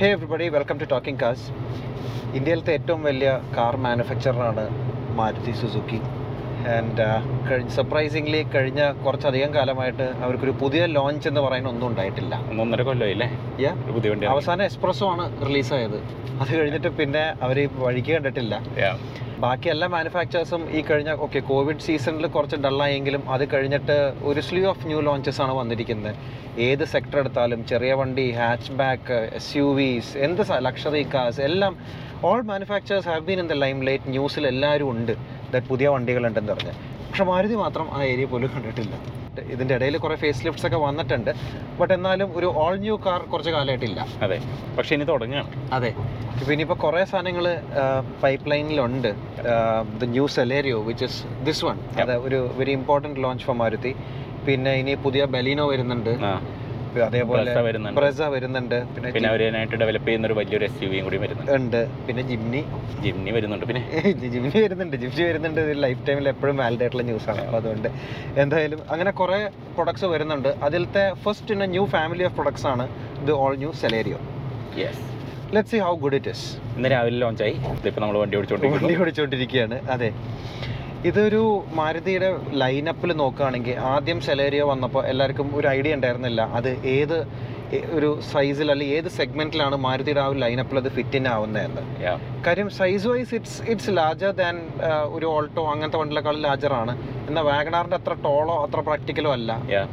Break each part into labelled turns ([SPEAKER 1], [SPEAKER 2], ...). [SPEAKER 1] Hey everybody welcome to talking cars ഇന്ത്യയിലത്തെ ഏറ്റവും വലിയ കാർ മാനുഫാക്ചറാണ് മാരുതി സുസുക്കി ആൻഡ് സർപ്രൈസിംഗ്ലി കഴിഞ്ഞ കുറച്ചധികം കാലമായിട്ട് അവർക്കൊരു പുതിയ ലോഞ്ച് എന്ന് പറയുന്ന ഒന്നും ഉണ്ടായിട്ടില്ല
[SPEAKER 2] ഒന്നൊന്നര കൊല്ലമായില്ലേ
[SPEAKER 1] Yeah.
[SPEAKER 2] ഒരു പുതിയ വണ്ടി
[SPEAKER 1] അവസാനം എക്സ്പ്രസ്സോ ആണ് റിലീസായത് അത് കഴിഞ്ഞിട്ട് പിന്നെ അവർ വഴിക്ക് കണ്ടിട്ടില്ല
[SPEAKER 2] Yeah.
[SPEAKER 1] ബാക്കി എല്ലാ മാനുഫാക്ചേഴ്സും ഈ കഴിഞ്ഞ ഓക്കെ കോവിഡ് സീസണിൽ കുറച്ച് ഡള്ളായെങ്കിലും അത് കഴിഞ്ഞിട്ട് ഒരു സ്ലീവ് ഓഫ് ന്യൂ ലോഞ്ചസ് ആണ് വന്നിരിക്കുന്നത് ഏത് സെക്ടർ എടുത്താലും ചെറിയ വണ്ടി hatchback S U Vs എന്ത് ലക്ഷറി കാസ് എല്ലാം all manufacturers have been in the limelight ന്യൂസിൽ എല്ലാവരും ഉണ്ട് ദാറ്റ് പുതിയ വണ്ടികളുണ്ടെന്ന് പറഞ്ഞ് പക്ഷെ മാരുതി മാത്രം ആ ഏരിയ പോലും കണ്ടിട്ടില്ല ഇതിൻ്റെ ഇടയിൽ കുറേ ഫേസ് ലിഫ്റ്റ്സ് ഒക്കെ വന്നിട്ടുണ്ട് ബട്ട് എന്നാലും ഒരു ഓൾ ന്യൂ കാർ കുറച്ച് കാലമായിട്ടില്ല
[SPEAKER 2] അതെ പക്ഷെ ഇനി തുടങ്ങുകയാണ്
[SPEAKER 1] അതെ ഇപ്പൊ ഇനിയിപ്പോ കുറെ സാധനങ്ങൾ പൈപ്പ് ലൈനിലുണ്ട് the new Celerio which is this one
[SPEAKER 2] Yep.
[SPEAKER 1] അത് ഒരു very important launch for Maruti പിന്നെ ഇനി പുതിയ ബലീനോ വരുന്നുണ്ട്
[SPEAKER 2] ആ
[SPEAKER 1] പി- അതേപോലെ
[SPEAKER 2] Brezza വരുന്നുണ്ട്
[SPEAKER 1] പ്രസ വരുന്നുണ്ട് പിന്നെ
[SPEAKER 2] പിന്നെ അവരതിനായിട്ട് ഡെവലപ്പ് ചെയ്യുന്ന ഒരു വലിയൊരു എസ് യു വിയും കൂടി വരുന്നുണ്ട്
[SPEAKER 1] ജി- ഉണ്ട് പിന്നെ ജിംനി
[SPEAKER 2] ജിംനി വരുന്നുണ്ട് പിന്നെ
[SPEAKER 1] ജിംനി വരുന്നുണ്ട് ജിംനി വരുന്നുണ്ട് ലൈഫ് ടൈമിൽ എപ്പോഴും വാലിഡ് ആയിട്ടുള്ള ന്യൂസ് ആണ് അപ്പോൾ അതുകൊണ്ട് എന്തായാലും അങ്ങനെ കുറേ പ്രൊഡക്ട്സ് വരുന്നുണ്ട് അതിലത്തെ first in a new family of products ആണ് the all new Celerio
[SPEAKER 2] yes
[SPEAKER 1] let see how good it is
[SPEAKER 2] ഇന്ന് രാവിലെ ലോഞ്ചായി ഇതിപ്പോൾ നമ്മൾ വണ്ടി
[SPEAKER 1] വണ്ടി
[SPEAKER 2] ഓടിച്ചുകൊണ്ടിരിക്കുന്നു
[SPEAKER 1] ഓടിച്ചോണ്ടിരിക്കുകയാണ് അതെ ഇതൊരു മാരുതിയുടെ ലൈനപ്പിൽ നോക്കുകയാണെങ്കിൽ ആദ്യം സെലേരിയോ വന്നപ്പോൾ എല്ലാവർക്കും ഒരു ഐഡിയ ഉണ്ടായിരുന്നില്ല അത് ഏത് എ- ഒരു സൈസിൽ അല്ലെങ്കിൽ ഏത് സെഗ്മെന്റിലാണ് മാരുതിയുടെ ആ ഒരു ലൈനപ്പിൽ അത് ഫിറ്റ് ഇൻ ആവുന്നതെന്ന്
[SPEAKER 2] Yeah.
[SPEAKER 1] കാര്യം size wise it's it's larger than ഒരു ഓൾട്ടോ അങ്ങനത്തെ വണ്ടിനേക്കാൾ ലാർജറാണ് എന്നാൽ വാഗണാറിൻ്റെ അത്ര ടോളോ അത്ര പ്രാക്ടിക്കലോ അല്ല
[SPEAKER 2] Yeah.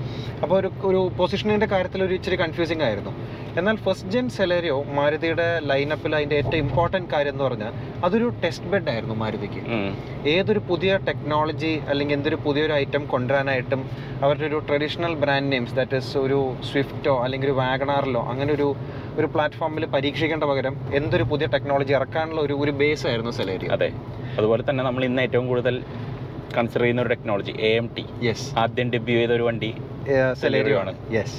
[SPEAKER 1] അപ്പോൾ ഒരു ഒരു പൊസിഷനിങ്ങിൻ്റെ കാര്യത്തിൽ ഒരു ഇച്ചിരി കൺഫ്യൂസിംഗ് ആയിരുന്നു എന്നാൽ ഫസ്റ്റ് ജെൻ സെലേരിയോ മാരുതിയുടെ ലൈനപ്പിൽ അതിൻ്റെ ഏറ്റവും ഇമ്പോർട്ടൻറ്റ് കാര്യം എന്ന് പറഞ്ഞാൽ അതൊരു ടെസ്റ്റ് ബെഡ് ആയിരുന്നു മാരുതിക്ക്
[SPEAKER 2] ഉം.
[SPEAKER 1] ഏതൊരു പുതിയ ടെക്നോളജി അല്ലെങ്കിൽ എന്തൊരു പുതിയൊരു ഐറ്റം കൊണ്ടുവരാനായിട്ടും അവരുടെ ഒരു traditional brand names that is ഒരു സ്വിഫ്റ്റോ അല്ലെങ്കിൽ ഒരു വാഗണാറിലോ അങ്ങനെ ഒരു ഒരു പ്ലാറ്റ്ഫോമിൽ പരീക്ഷിക്കേണ്ട പകരം എന്തൊരു പുതിയ ടെക്നോളജി ഇറക്കാനുള്ള ഒരു ഒരു ബേസ് ആയിരുന്നു സെലേരിയോ
[SPEAKER 2] അതെ അതുപോലെ തന്നെ നമ്മൾ ഇന്ന് ഏറ്റവും കൂടുതൽ കൺസിഡർ ചെയ്യുന്ന ഒരു technology A M T
[SPEAKER 1] yes
[SPEAKER 2] ആദ്യം ഡെബ്യൂ ചെയ്ത ഒരു വണ്ടി
[SPEAKER 1] സെലേരിയോ
[SPEAKER 2] Celerio
[SPEAKER 1] ആണ്
[SPEAKER 2] ആണ്.
[SPEAKER 1] യെസ്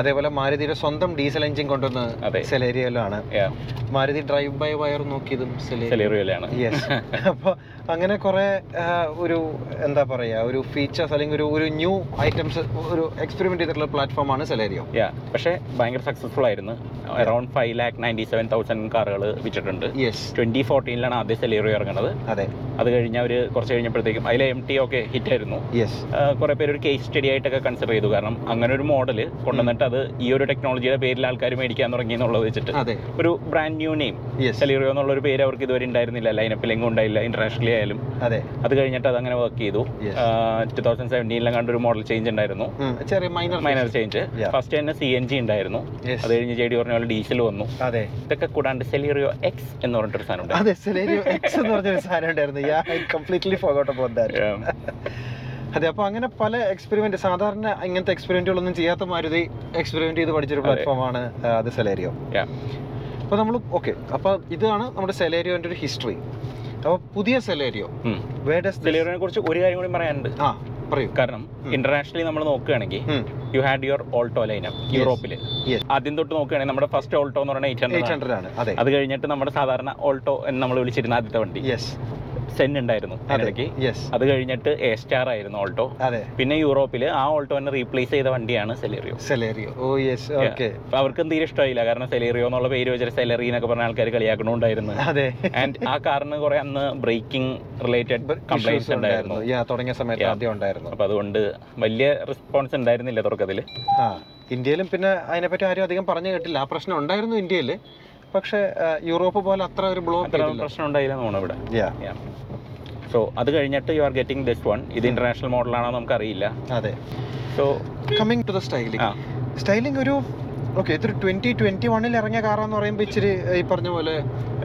[SPEAKER 1] അതേപോലെ മാരുതിയുടെ സ്വന്തം ഡീസൽ എഞ്ചിൻ കൊണ്ടുവന്നത്
[SPEAKER 2] അതെ.
[SPEAKER 1] സെലേരിയോയിലാണ്
[SPEAKER 2] Yeah.
[SPEAKER 1] Maruti drive by wire നോക്കിയതും സെലേരിയോ
[SPEAKER 2] സെലേറിയോയിലാണ്
[SPEAKER 1] യെസ് അപ്പോൾ അങ്ങനെ കുറേ ഒരു എന്താ പറയുക ഒരു ഫീച്ചേഴ്സ് അല്ലെങ്കിൽ ഒരു ഒരു ന്യൂ ഐറ്റംസ് ഒരു എക്സ്പെരിമെൻ്റ് ചെയ്തിട്ടുള്ള പ്ലാറ്റ്ഫോമാണ് സെലേരിയോ
[SPEAKER 2] യാ പക്ഷേ ഭയങ്കര സക്സസ്ഫുൾ ആയിരുന്നു around five lakh ninety seven thousand കാറുകൾ വിറ്റിട്ടുണ്ട്
[SPEAKER 1] യെസ്
[SPEAKER 2] ട്വൻറ്റി ഫോർട്ടീനിലാണ് ആദ്യം സെലേറിയോ ഇറങ്ങുന്നത്
[SPEAKER 1] അതെ
[SPEAKER 2] അത് കഴിഞ്ഞ് അവർ കുറച്ച് കഴിഞ്ഞപ്പോഴത്തേക്കും അതിൽ എം ടി ഒക്കെ ഹിറ്റായിരുന്നു
[SPEAKER 1] യെസ്
[SPEAKER 2] കുറേ പേര് ഒരു കേസ് സ്റ്റഡി ആയിട്ടൊക്കെ കൺസിഡർ ചെയ്തു കാരണം അങ്ങനെ ഒരു മോഡൽ കൊണ്ടുവന്നിട്ട് അത് ഈ ഒരു ടെക്നോളജിയുടെ പേരിൽ ആൾക്കാർ മേടിക്കാൻ തുടങ്ങി എന്നുള്ളത് വെച്ചിട്ട്
[SPEAKER 1] അതെ
[SPEAKER 2] ഒരു brand new name
[SPEAKER 1] yes
[SPEAKER 2] Celerio എന്നുള്ള ഒരു പേര് അവർക്ക് ഇതുവരെ ഉണ്ടായിരുന്നില്ല ലൈനപ്പിൽ എങ്ങും ഉണ്ടായില്ല ഇന്റർനാഷണലി ആയാലും
[SPEAKER 1] അതെ
[SPEAKER 2] അത് കഴിഞ്ഞിട്ട് അത് അങ്ങനെ വർക്ക് ചെയ്തു
[SPEAKER 1] Yes.
[SPEAKER 2] ടു തൗസൻഡ് സെവൻറ്റീനിലും കണ്ട ഒരു മോഡൽ ചേഞ്ച് ഉണ്ടായിരുന്നു
[SPEAKER 1] ഉം, ചെറിയ minor
[SPEAKER 2] minor change
[SPEAKER 1] Yeah.
[SPEAKER 2] First തന്നെ സി എൻ ജി ഉണ്ടായിരുന്നു അത് കഴിഞ്ഞ് ജെ ഡി പറഞ്ഞ പോലെ ഡീസൽ വന്നു
[SPEAKER 1] അതെ
[SPEAKER 2] ഇതൊക്കെ കൂടാണ്ട് സെലിറിയോ എക്സ് എന്ന് പറഞ്ഞിട്ടൊരു സാധനം
[SPEAKER 1] അതെ സെലേരിയോ എക്സ് എന്ന് പറഞ്ഞൊരു സാധനം ഉണ്ടായിരുന്നു yeah I completely forgot about that
[SPEAKER 2] ഉണ്ട്
[SPEAKER 1] അതെ അപ്പോൾ അങ്ങനെ പല എക്സ്പെരിമെന്റ് സാധാരണ ഇങ്ങനത്തെ എക്സ്പെരിമെന്റുകളൊന്നും ചെയ്യാത്ത മാരുതി എക്സ്പെരിമെന്റ് ചെയ്ത് പഠിച്ചൊരു
[SPEAKER 2] അതെ.
[SPEAKER 1] പ്ലാറ്റ്ഫോമാണ് അത് സെലേരിയോ
[SPEAKER 2] Yeah.
[SPEAKER 1] അപ്പോൾ നമ്മൾ ഓക്കെ അപ്പോൾ ഇതാണ് നമ്മുടെ സെലേരിയോന്റെ ഒരു ഹിസ്റ്ററി അപ്പോൾ പുതിയ സെലേരിയോ
[SPEAKER 2] ഉം.
[SPEAKER 1] വേർ ഡസ്
[SPEAKER 2] സെലിറിയോനെ കുറിച്ച് Hmm. ഒരു കാര്യം കൂടി പറയാനുണ്ട്
[SPEAKER 1] ആ പറയൂ
[SPEAKER 2] കാരണം
[SPEAKER 1] ഉം.
[SPEAKER 2] ഇന്റർനാഷണലി നമ്മൾ നോക്കുകയാണെങ്കിൽ
[SPEAKER 1] ഉം.
[SPEAKER 2] You had your Alto lineup യൂറോപ്പിൽ
[SPEAKER 1] Yes.
[SPEAKER 2] ആദ്യം തൊട്ട് നോക്കുകയാണെങ്കിൽ നമ്മുടെ ഫസ്റ്റ് ഓൾട്ടോ എന്ന് പറയുന്നത് എയ്റ്റ്
[SPEAKER 1] 800
[SPEAKER 2] ഹൺഡ്രഡ്
[SPEAKER 1] ആണ് അതെ
[SPEAKER 2] അത് കഴിഞ്ഞിട്ട് നമ്മുടെ സാധാരണ ഓൾട്ടോ എന്ന് നമ്മൾ വിളിച്ചിരുന്ന ആദ്യത്തെ വണ്ടി
[SPEAKER 1] യെസ്
[SPEAKER 2] സെൻ ഉണ്ടായിരുന്നു
[SPEAKER 1] അതെ
[SPEAKER 2] അതിനിടയ്ക്ക്
[SPEAKER 1] യെസ്
[SPEAKER 2] അത് കഴിഞ്ഞിട്ട് എ സ്റ്റാർ ആയിരുന്നു ഓൾട്ടോ
[SPEAKER 1] അതെ
[SPEAKER 2] പിന്നെ യൂറോപ്പിൽ ആ ഓൾട്ടോനെ റീപ്ലേസ് ചെയ്ത വണ്ടിയാണ് Celerio
[SPEAKER 1] Celerio Oh, oh yes
[SPEAKER 2] Yeah.
[SPEAKER 1] Okay
[SPEAKER 2] അപ്പൊ അവർക്ക് തീരെ ഇഷ്ടമായില്ല കാരണം സെലേറിയോ എന്നുള്ള പേര് വെച്ചിട്ട് സെലറി എന്നൊക്കെ പറഞ്ഞ ആൾക്കാർ കളിയാക്കണുണ്ടായിരുന്നു
[SPEAKER 1] അതെ
[SPEAKER 2] ആൻഡ് ആ കാറിന് കുറെ അന്ന് ബ്രേക്കിംഗ് റിലേറ്റഡ്
[SPEAKER 1] Issues
[SPEAKER 2] കംപ്ലൈൻസ് ഉണ്ടായിരുന്നു
[SPEAKER 1] യാ തുടങ്ങിയ സമയത്ത്
[SPEAKER 2] Yeah.
[SPEAKER 1] ആദ്യം ഉണ്ടായിരുന്നു
[SPEAKER 2] അപ്പൊ അതുകൊണ്ട് വലിയ റെസ്പോൺസ് ഉണ്ടായിരുന്നില്ല തുടക്കത്തിൽ
[SPEAKER 1] ആ ഇന്ത്യയിലും പിന്നെ അതിനെപ്പറ്റി ആരും അധികം പറഞ്ഞു കേട്ടില്ല ആ പ്രശ്നം ഉണ്ടായിരുന്നു ഇന്ത്യയിൽ പക്ഷേ ആ, യൂറോപ്പ് പോലെ അത്ര ഒരു ബ്ലോക്ക്
[SPEAKER 2] അത്ര
[SPEAKER 1] ചെയ്തില്ല
[SPEAKER 2] പ്രശ്നം ഉണ്ടായില്ല എന്നാണ് ഇവിടെ
[SPEAKER 1] യാ
[SPEAKER 2] സോ അത് കഴിഞ്ഞിട്ട് you are getting this one ഇത് ഇന്റർനാഷണൽ മോഡലാണോ നമുക്കറിയില്ല
[SPEAKER 1] അതെ
[SPEAKER 2] so
[SPEAKER 1] coming to the styling
[SPEAKER 2] ആ.
[SPEAKER 1] സ്റ്റൈലിംഗ് ഒരു ഓക്കെ ഇതൊരു ട്വന്റി ട്വന്റി വണ്ണിൽ ഇറങ്ങിയ കാറാന്ന് പറയുമ്പോൾ ഇച്ചിരി ഏ, ഈ പറഞ്ഞ പോലെ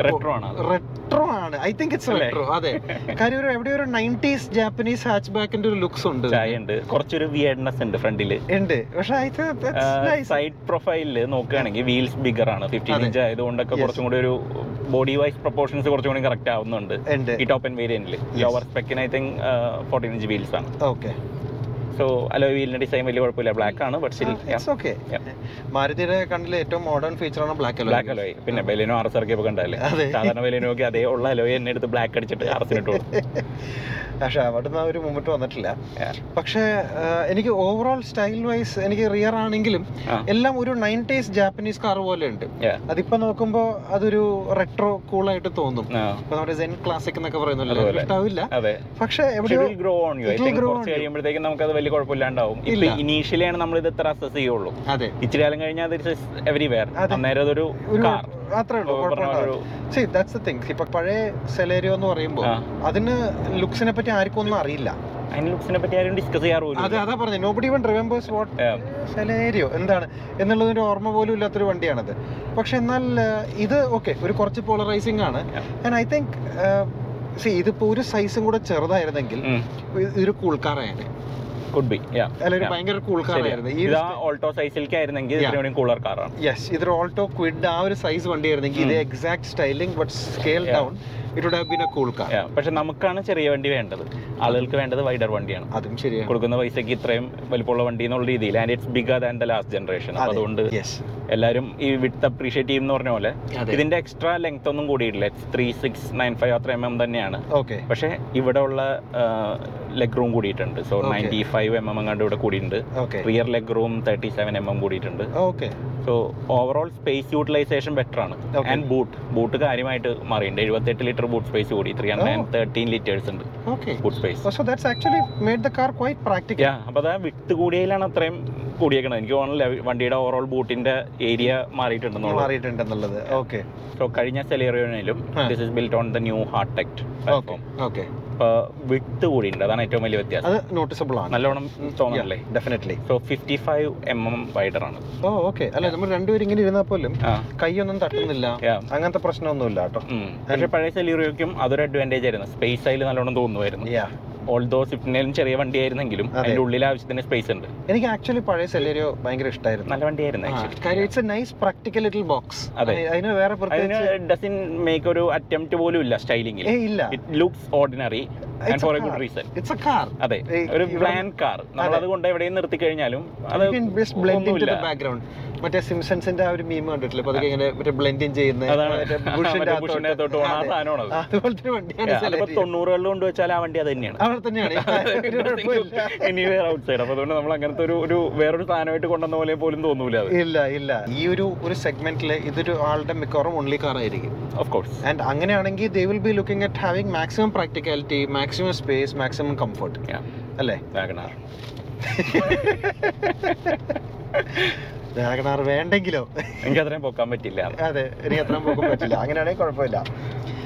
[SPEAKER 2] റെട്രോ ആണ് അത്
[SPEAKER 1] റെട്രോ ആണ് ഐ തിങ്ക് ഇറ്റ്സ്
[SPEAKER 2] അല്ലേ?
[SPEAKER 1] റെട്രോ അതെ കാര്യം ഒരു എവിടെ ഒരു നയൻറ്റീസ് ജാപ്പനീസ് ഹാച്ച് ബാക്കിന്റെ ഒരു ലുക്സ് ഉണ്ട്
[SPEAKER 2] ചായ ഉണ്ട് കുറച്ചൊരു വിയഡ്നെസ് ഉണ്ട് ഫ്രണ്ടിൽ
[SPEAKER 1] ഉണ്ട് പക്ഷെ ഐ തിങ്ക് നൈസ്
[SPEAKER 2] സൈഡ് പ്രൊഫൈലിൽ നോക്കുകയാണെങ്കിൽ വീൽസ് ബിഗർ ആണ് ഫിഫ്റ്റീൻ
[SPEAKER 1] അതെ.
[SPEAKER 2] ഇഞ്ച് ആയതുകൊണ്ടൊക്കെ
[SPEAKER 1] Yes.
[SPEAKER 2] കുറച്ചും കൂടി ഒരു ബോഡി വൈസ് പ്രൊപ്പോർഷൻസ് കുറച്ചും കൂടി കറക്റ്റ് ആവുന്നുണ്ട്
[SPEAKER 1] ഉണ്ട്
[SPEAKER 2] ഈ ടോപ്പ് എൻ വേരിയന്റിൽ ലോവർ സ്പെക്കിന് I think fourteen inch wheels ആണ്
[SPEAKER 1] ഓക്കെ
[SPEAKER 2] സോ അലോ വീലിന്റെ ഡിസൈൻ വലിയ കുഴപ്പമില്ല ബ്ലാക്ക് ആണ് but still
[SPEAKER 1] it's okay
[SPEAKER 2] Yeah.
[SPEAKER 1] മാരുതിയുടെ കണ്ടിലെ ഏറ്റവും മോഡേൺ ഫീച്ചറാണ് ബ്ലാക്ക്
[SPEAKER 2] ബ്ലാക്ക് അലോയ് പിന്നെ ബെലിനോ ആർസറൊക്കെ ഒക്കെ കണ്ടല്ലേ
[SPEAKER 1] അതെ
[SPEAKER 2] സാധാരണ ബെലിനോ ഒക്കെ അതേ ഉള്ള അലോയ് എന്നെ എടുത്ത് ബ്ലാക്ക് അടിച്ചിട്ട് ആർസിനിട്ട് കൊടുത്തു
[SPEAKER 1] പക്ഷെ അവിടുന്ന് ആ ഒരു മൂമെന്റ് വന്നിട്ടില്ല
[SPEAKER 2] Yeah.
[SPEAKER 1] പക്ഷേ ആ, എനിക്ക് ഓവറോൾ സ്റ്റൈൽ വൈസ് എനിക്ക് റിയർ ആണെങ്കിലും
[SPEAKER 2] ആ.
[SPEAKER 1] എല്ലാം ഒരു നയൻറ്റീസ് ജാപ്പനീസ് കാർ പോലെ ഉണ്ട്
[SPEAKER 2] Yeah.
[SPEAKER 1] അതിപ്പോ നോക്കുമ്പോൾ അതൊരു റെട്രോ കൂളായിട്ട് തോന്നും
[SPEAKER 2] ആ,
[SPEAKER 1] ഇപ്പൊ നമ്മുടെ സെൻ ക്ലാസിക് എന്നൊക്കെ പറയുന്നല്ലോ
[SPEAKER 2] അതുപോലെ.
[SPEAKER 1] ഇഷ്ടാവില്ല
[SPEAKER 2] അതെ
[SPEAKER 1] പക്ഷെ
[SPEAKER 2] പക്ഷെ
[SPEAKER 1] എവിടെയോ
[SPEAKER 2] it will grow on you. I
[SPEAKER 1] it will
[SPEAKER 2] think
[SPEAKER 1] grow
[SPEAKER 2] കുറച്ച്
[SPEAKER 1] on you.
[SPEAKER 2] കഴിയുമ്പോഴത്തേക്കും നമുക്കത് വലിയ കുഴപ്പമില്ലാണ്ടാവും ഇപ്പൊ
[SPEAKER 1] ഇല്ല.
[SPEAKER 2] ഇനീഷ്യലി ആണ് നമ്മൾ ഇത് ഇത്ര അസസ് ചെയ്യുള്ളൂ
[SPEAKER 1] അതെ
[SPEAKER 2] ഇച്ചിരി കാലം കഴിഞ്ഞാൽ അത് എവരിവെയർ
[SPEAKER 1] അതെ.
[SPEAKER 2] അന്നേരം അതൊരു
[SPEAKER 1] ഒരു
[SPEAKER 2] കാർ
[SPEAKER 1] അത്രേ ഉള്ളൂ കുഴപ്പമുണ്ടാവില്ല See, that's the thing. ഇപ്പൊ പഴയ സെലേരിയോ എന്ന് പറയുമ്പോൾ
[SPEAKER 2] ആ.
[SPEAKER 1] അതിന് ലുക്സിനെ പറ്റി ആർക്കും ഒന്നും അറിയില്ല
[SPEAKER 2] അതിന് ലുക്സിനെ പറ്റി ആരും ഡിസ്കസ്
[SPEAKER 1] അത്
[SPEAKER 2] ചെയ്യാറുമില്ല
[SPEAKER 1] അതാ പറഞ്ഞത് നോബഡി ഇവൻ റിമെമ്പേഴ്സ് വാട്ട്
[SPEAKER 2] Yeah.
[SPEAKER 1] സെലേരിയോ എന്താണ് എന്നുള്ളതിന്റെ ഓർമ്മ പോലും ഇല്ലാത്തൊരു വണ്ടിയാണത് പക്ഷെ എന്നാൽ ആ, ഇത് ഓക്കെ ഒരു കുറച്ച് പോളറൈസിംഗ് ആണ്
[SPEAKER 2] Yeah.
[SPEAKER 1] And I think see ഇതിപ്പോ ഒരു സൈസും കൂടെ ചെറുതായിരുന്നെങ്കിൽ ഇത് ഒരു കൂൾക്കാറായത്
[SPEAKER 2] കുഡ് ബി
[SPEAKER 1] അല്ല ഒരു
[SPEAKER 2] Yeah.
[SPEAKER 1] ഭയങ്കര കൂൾക്കാറായിരുന്നു ഈ
[SPEAKER 2] ഇത് ആ ഓൾട്ടോ സൈസിലേക്ക് ആയിരുന്നെങ്കിൽ
[SPEAKER 1] Yeah.
[SPEAKER 2] ഇതിനും കൂളർ കാറാണ്
[SPEAKER 1] യെസ് ഇത് ഓൾട്ടോ ക്വിഡ് ആ ഒരു സൈസ് വണ്ടിയായിരുന്നെങ്കിൽ ഇത്
[SPEAKER 2] ഉം.
[SPEAKER 1] Exact styling but scale
[SPEAKER 2] Yeah.
[SPEAKER 1] Down it would have been a cool car
[SPEAKER 2] Yeah. പക്ഷെ നമുക്കാണ് ചെറിയ വണ്ടി വേണ്ടത് ആളുകൾക്ക് വേണ്ടത് വൈഡർ വണ്ടിയാണ്
[SPEAKER 1] അതും ശരിയാണ്
[SPEAKER 2] കൊടുക്കുന്ന പൈസക്ക് ഇത്രയും വലിപ്പമുള്ള വണ്ടി എന്നുള്ള രീതിയിൽ and it's bigger than the last generation
[SPEAKER 1] അതെ.
[SPEAKER 2] അതുകൊണ്ട്
[SPEAKER 1] യെസ്
[SPEAKER 2] എല്ലാവരും ഈ വിട്ട് അപ്രീഷിയേറ്റ് ചെയ്യും എന്ന് പറഞ്ഞ പോലെ
[SPEAKER 1] അതെ
[SPEAKER 2] ഇതിന്റെ എക്സ്ട്രാ ലെങ്ത് ഒന്നും കൂടിയിട്ടില്ല ത്രീ സിക്സ് നയൻ ഫൈവ് അത്ര എം എം തന്നെയാണ്
[SPEAKER 1] ഓക്കെ
[SPEAKER 2] പക്ഷേ ഇവിടെ ഉള്ള ലെഗ് റൂം കൂടിയിട്ടുണ്ട് so
[SPEAKER 1] Okay.
[SPEAKER 2] Ninety five M M എങ്ങാണ്ട് ഇവിടെ കൂടിയിട്ടുണ്ട്
[SPEAKER 1] okay
[SPEAKER 2] rear leg room thirty seven M M കൂടിയിട്ടുണ്ട്
[SPEAKER 1] okay
[SPEAKER 2] so overall space utilisation better ആണ്
[SPEAKER 1] Okay.
[SPEAKER 2] ആൻഡ് ബൂട്ട് ബൂട്ട് കാര്യമായിട്ട് മാറിയിട്ടുണ്ട് എഴുപത്തെട്ട് ലിറ്റർ ബൂട്ട് സ്പേസ് കൂടി three hundred and thirteen litres ഉണ്ട്
[SPEAKER 1] okay
[SPEAKER 2] boot space
[SPEAKER 1] so that's actually made the car quite practical
[SPEAKER 2] yeah അപ്പോൾ അതാ വിട്ട് കൂടിയതിലാണ് അത്രയും കൂടിയേക്കണത് എനിക്ക് തോന്നുന്നില്ല വണ്ടിയുടെ ഓവറോൾ ബൂട്ടിന്റെ ഏരിയ മാറിയിട്ടുണ്ടെന്നുള്ളത്
[SPEAKER 1] മാറിയിട്ടുണ്ടെന്നുള്ളത് ഓക്കെ
[SPEAKER 2] സോ കഴിഞ്ഞ സെലേറിയോനിലും
[SPEAKER 1] ആ.
[SPEAKER 2] This is built on the new Heartect
[SPEAKER 1] okay
[SPEAKER 2] platform
[SPEAKER 1] okay
[SPEAKER 2] അപ്പോൾ വിട്ട് കൂടിയിട്ടുണ്ട് അതാണ് ഏറ്റവും വലിയ വ്യത്യാസം
[SPEAKER 1] അത് നോട്ടിസബിൾ ആണ്
[SPEAKER 2] നല്ലോണം തോന്നണല്ലേ
[SPEAKER 1] definitely
[SPEAKER 2] so fifty five M M wider ആണ്
[SPEAKER 1] ഓ ഓക്കെ Oh, അല്ല നമ്മൾ രണ്ടുപേരും ഇങ്ങനെ ഇരുന്നാൽ പോലും
[SPEAKER 2] ആ
[SPEAKER 1] കൈയൊന്നും തട്ടുന്നില്ല
[SPEAKER 2] യാ
[SPEAKER 1] അങ്ങനത്തെ പ്രശ്നമൊന്നുമില്ല കേട്ടോ
[SPEAKER 2] ഉം. പക്ഷെ പഴയ സെലീറിയോയ്ക്കും അതൊരു അഡ്വാൻറ്റേജ് ആയിരുന്നു സ്പേസ് അതിൽ നല്ലോണം തോന്നുമായിരുന്നു
[SPEAKER 1] യാ
[SPEAKER 2] ഓൾദോ സ്വിഫ്റ്റിനേലും ചെറിയ വണ്ടിയായിരുന്നെങ്കിലും
[SPEAKER 1] അതെ.
[SPEAKER 2] അതിന്റെ ഉള്ളിൽ ആവശ്യത്തിന് സ്പേസ് ഉണ്ട്
[SPEAKER 1] എനിക്ക് ആക്ച്വലി പഴയ സെലേരിയോ ഭയങ്കര ഇഷ്ടമായിരുന്നു
[SPEAKER 2] നല്ല വണ്ടിയായിരുന്നു actually.
[SPEAKER 1] കാര്യം it's a nice practical little box
[SPEAKER 2] അതെ.
[SPEAKER 1] അതിന് വേറെ
[SPEAKER 2] അതിന്
[SPEAKER 1] പ്രത്യേകിച്ച്
[SPEAKER 2] ഡസിൻ മേക്ക് ഒരു അറ്റംപ്റ്റ് പോലും ഇല്ല സ്റ്റൈലിംഗിൽ
[SPEAKER 1] ഏയ് ഇല്ല
[SPEAKER 2] it looks ordinary and
[SPEAKER 1] It's a
[SPEAKER 2] for a
[SPEAKER 1] car.
[SPEAKER 2] Good reason
[SPEAKER 1] it's a car
[SPEAKER 2] അതെ
[SPEAKER 1] ഏയ്
[SPEAKER 2] ഒരു
[SPEAKER 1] ഇവിടെ-
[SPEAKER 2] പ്ലാൻ കാർ നമ്മൾ
[SPEAKER 1] അതെ.
[SPEAKER 2] അതുകൊണ്ട് എവിടെയും നിർത്തി കഴിഞ്ഞാലും അത് ഒന്നുമില്ല.
[SPEAKER 1] ബാക്ക്ഗ്രൗണ്ട് മറ്റേ സിംസൺസിന്റെ ആ ഒരു മീം കണ്ടിട്ടില്ല അപ്പൊ അതൊക്കെ ഇങ്ങനെ മറ്റേ ബ്ലെൻഡ് ഇൻ ചെയ്യുന്ന
[SPEAKER 2] അതാണ്
[SPEAKER 1] മറ്റേ
[SPEAKER 2] മറ്റേ
[SPEAKER 1] ബുഷിന്റെ
[SPEAKER 2] ബുഷിന്റെ അകത്തോട്ട്
[SPEAKER 1] അകത്തോട്ട്.
[SPEAKER 2] പോകുന്ന ആ
[SPEAKER 1] അതെ.
[SPEAKER 2] സാധനമാണ് അത്.
[SPEAKER 1] അതുപോലത്തെ ഒരു വണ്ടിയാണ്
[SPEAKER 2] അതിപ്പോ
[SPEAKER 1] സെലേരിയോ.
[SPEAKER 2] തൊണ്ണൂറുകളിൽ കൊണ്ട് വെച്ചാൽ ആ വണ്ടി അത് തന്നെയാണ്
[SPEAKER 1] അവിടെ തന്നെയാണ് ഒരു കുഴപ്പമില്ല.
[SPEAKER 2] എനിവേർ ഔട്ട്സൈഡ് അപ്പൊ അതുകൊണ്ട് നമ്മൾ അങ്ങനത്തെ ഒരു ഒരു വേറൊരു സാധനമായിട്ട് കൊണ്ടുവന്ന പോലെ പോലും തോന്നൂല അത്
[SPEAKER 1] ഇല്ല ഇല്ല ഈ ഒരു ഒരു സെഗ്മെന്റിൽ ഇതൊരു ആളുടെ മിക്കവാറും ഒൺലി കാർ ആയിരിക്കും
[SPEAKER 2] ഓഫ് കോഴ്സ്
[SPEAKER 1] ആൻഡ് അങ്ങനെയാണെങ്കിൽ they will be looking at having maximum practicality maximum space maximum comfort
[SPEAKER 2] Yeah.
[SPEAKER 1] അല്ലേ
[SPEAKER 2] വാഗണാർ
[SPEAKER 1] വാഗണാർ വേണ്ടെങ്കിലോ
[SPEAKER 2] എനിക്ക് അത്രയും പോക്കാൻ പറ്റില്ല
[SPEAKER 1] അതെ എനിക്ക് അത്രയും പോകും പറ്റില്ല അങ്ങനെയാണെങ്കിൽ കുഴപ്പമില്ല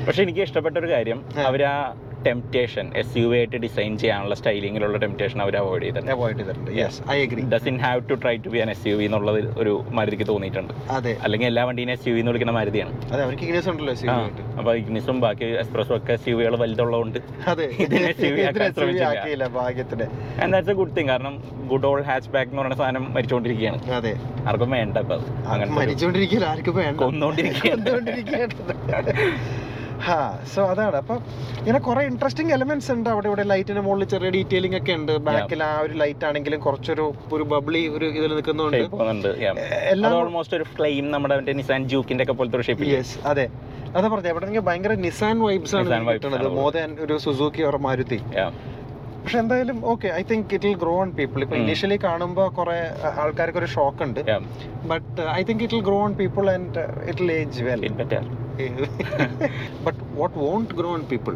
[SPEAKER 2] പക്ഷെ എനിക്ക് ഇഷ്ടപ്പെട്ട ഒരു കാര്യം
[SPEAKER 1] Yeah.
[SPEAKER 2] അവർ ആ ടെംപ്റ്റേഷൻ എസ് യു ആയിട്ട് ഡിസൈൻ ചെയ്യാനുള്ള സ്റ്റൈലിങ്ങിലുള്ള ടെംപ്റ്റേഷൻ അവർ അവോയ്ഡ് ചെയ്തിട്ടുണ്ട്
[SPEAKER 1] അവോയ്ഡ് ചെയ്തിട്ടുണ്ട് yes I agree
[SPEAKER 2] doesn't have to try to be an S U V എന്നുള്ളത് ഒരു മാരുതിക്ക് തോന്നിയിട്ടുണ്ട്
[SPEAKER 1] അതെ
[SPEAKER 2] അല്ലെങ്കിൽ എല്ലാ വണ്ടീനെ എസ് യു വി എന്ന് വിളിക്കുന്ന മാരുതിയാണ്
[SPEAKER 1] അതെ അവർക്ക് ഇഗ്നസ് ഉണ്ടല്ലോ SUV ആയിട്ട്.
[SPEAKER 2] അപ്പൊ ഇഗ്നിസും ബാക്കി എക്സ്പ്രസും ഒക്കെ എസ് യു വികൾ വലുതുള്ളതുകൊണ്ട്
[SPEAKER 1] അതെ
[SPEAKER 2] ഇതിനെ SUV
[SPEAKER 1] ഇതിനെ
[SPEAKER 2] ആക്കാൻ
[SPEAKER 1] SUV
[SPEAKER 2] ശ്രമിച്ചില്ല.
[SPEAKER 1] ആക്കിയില്ല ഭാഗ്യത്തിന്
[SPEAKER 2] എന്താ ഗുഡ് തിങ് കാരണം ഗുഡ് ഓൾ ഹാച്ച് ബാക്ക് എന്ന് പറയുന്ന സാധനം മരിച്ചുകൊണ്ടിരിക്കുകയാണ്
[SPEAKER 1] അതെ
[SPEAKER 2] ആർക്കും വേണ്ട അപ്പൊ അത് അങ്ങനത്തെ ഒരു-
[SPEAKER 1] മരിച്ചോണ്ടിരിക്കില്ല ആർക്കും വേണ്ട
[SPEAKER 2] കൊന്നോണ്ടിരിക്കുകയാണ്.
[SPEAKER 1] ഹാ സോ അതാണ് അപ്പൊ ഇങ്ങനെ കുറെ ഇൻട്രസ്റ്റിംഗ് എലമെന്റ്സ് ഉണ്ട് അവിടെ ഇവിടെ ലൈറ്റിന് മുകളിൽ ചെറിയ ഡീറ്റെയിലിംഗ് ഒക്കെ ഉണ്ട് ബാക്കിൽ ആ ഒരു ലൈറ്റ് ആണെങ്കിലും കുറച്ചൊരു ഒരു ബബ്ലി ഒരു ഇതിൽ നിൽക്കുന്നുണ്ട്
[SPEAKER 2] ഷേപ്പ് വന്നിട്ടുണ്ട് yeah.
[SPEAKER 1] എല്ലാം
[SPEAKER 2] അത് ഓൾമോസ്റ്റ് ഒരു ഫ്ലെയിം നമ്മുടെ മറ്റേ നിസാൻ ജൂക്കിന്റെ ഒക്കെ പോലത്തെ ഒരു ഷേപ്പ്
[SPEAKER 1] യെസ് അതെ അതാ പറഞ്ഞത് എവിടെ ഭയങ്കര നിസാൻ വൈബ്സ് ആണ്
[SPEAKER 2] Nissan
[SPEAKER 1] ഇതിന്
[SPEAKER 2] vibes
[SPEAKER 1] കിട്ടുന്നത്
[SPEAKER 2] ആണ്
[SPEAKER 1] മോർ ദാൻ ഒരു സുസുക്കി ഓർ മാരുതി പക്ഷെ എന്തായാലും okay I think it will grow on people ഇപ്പൊ
[SPEAKER 2] ഉം.
[SPEAKER 1] ഇനീഷ്യലി കാണുമ്പോൾ കുറെ ആൾക്കാർക്ക് ഒരു ഷോക്ക് ഉണ്ട് uh, but I think it will grow on people and it will age well but what won't grow on people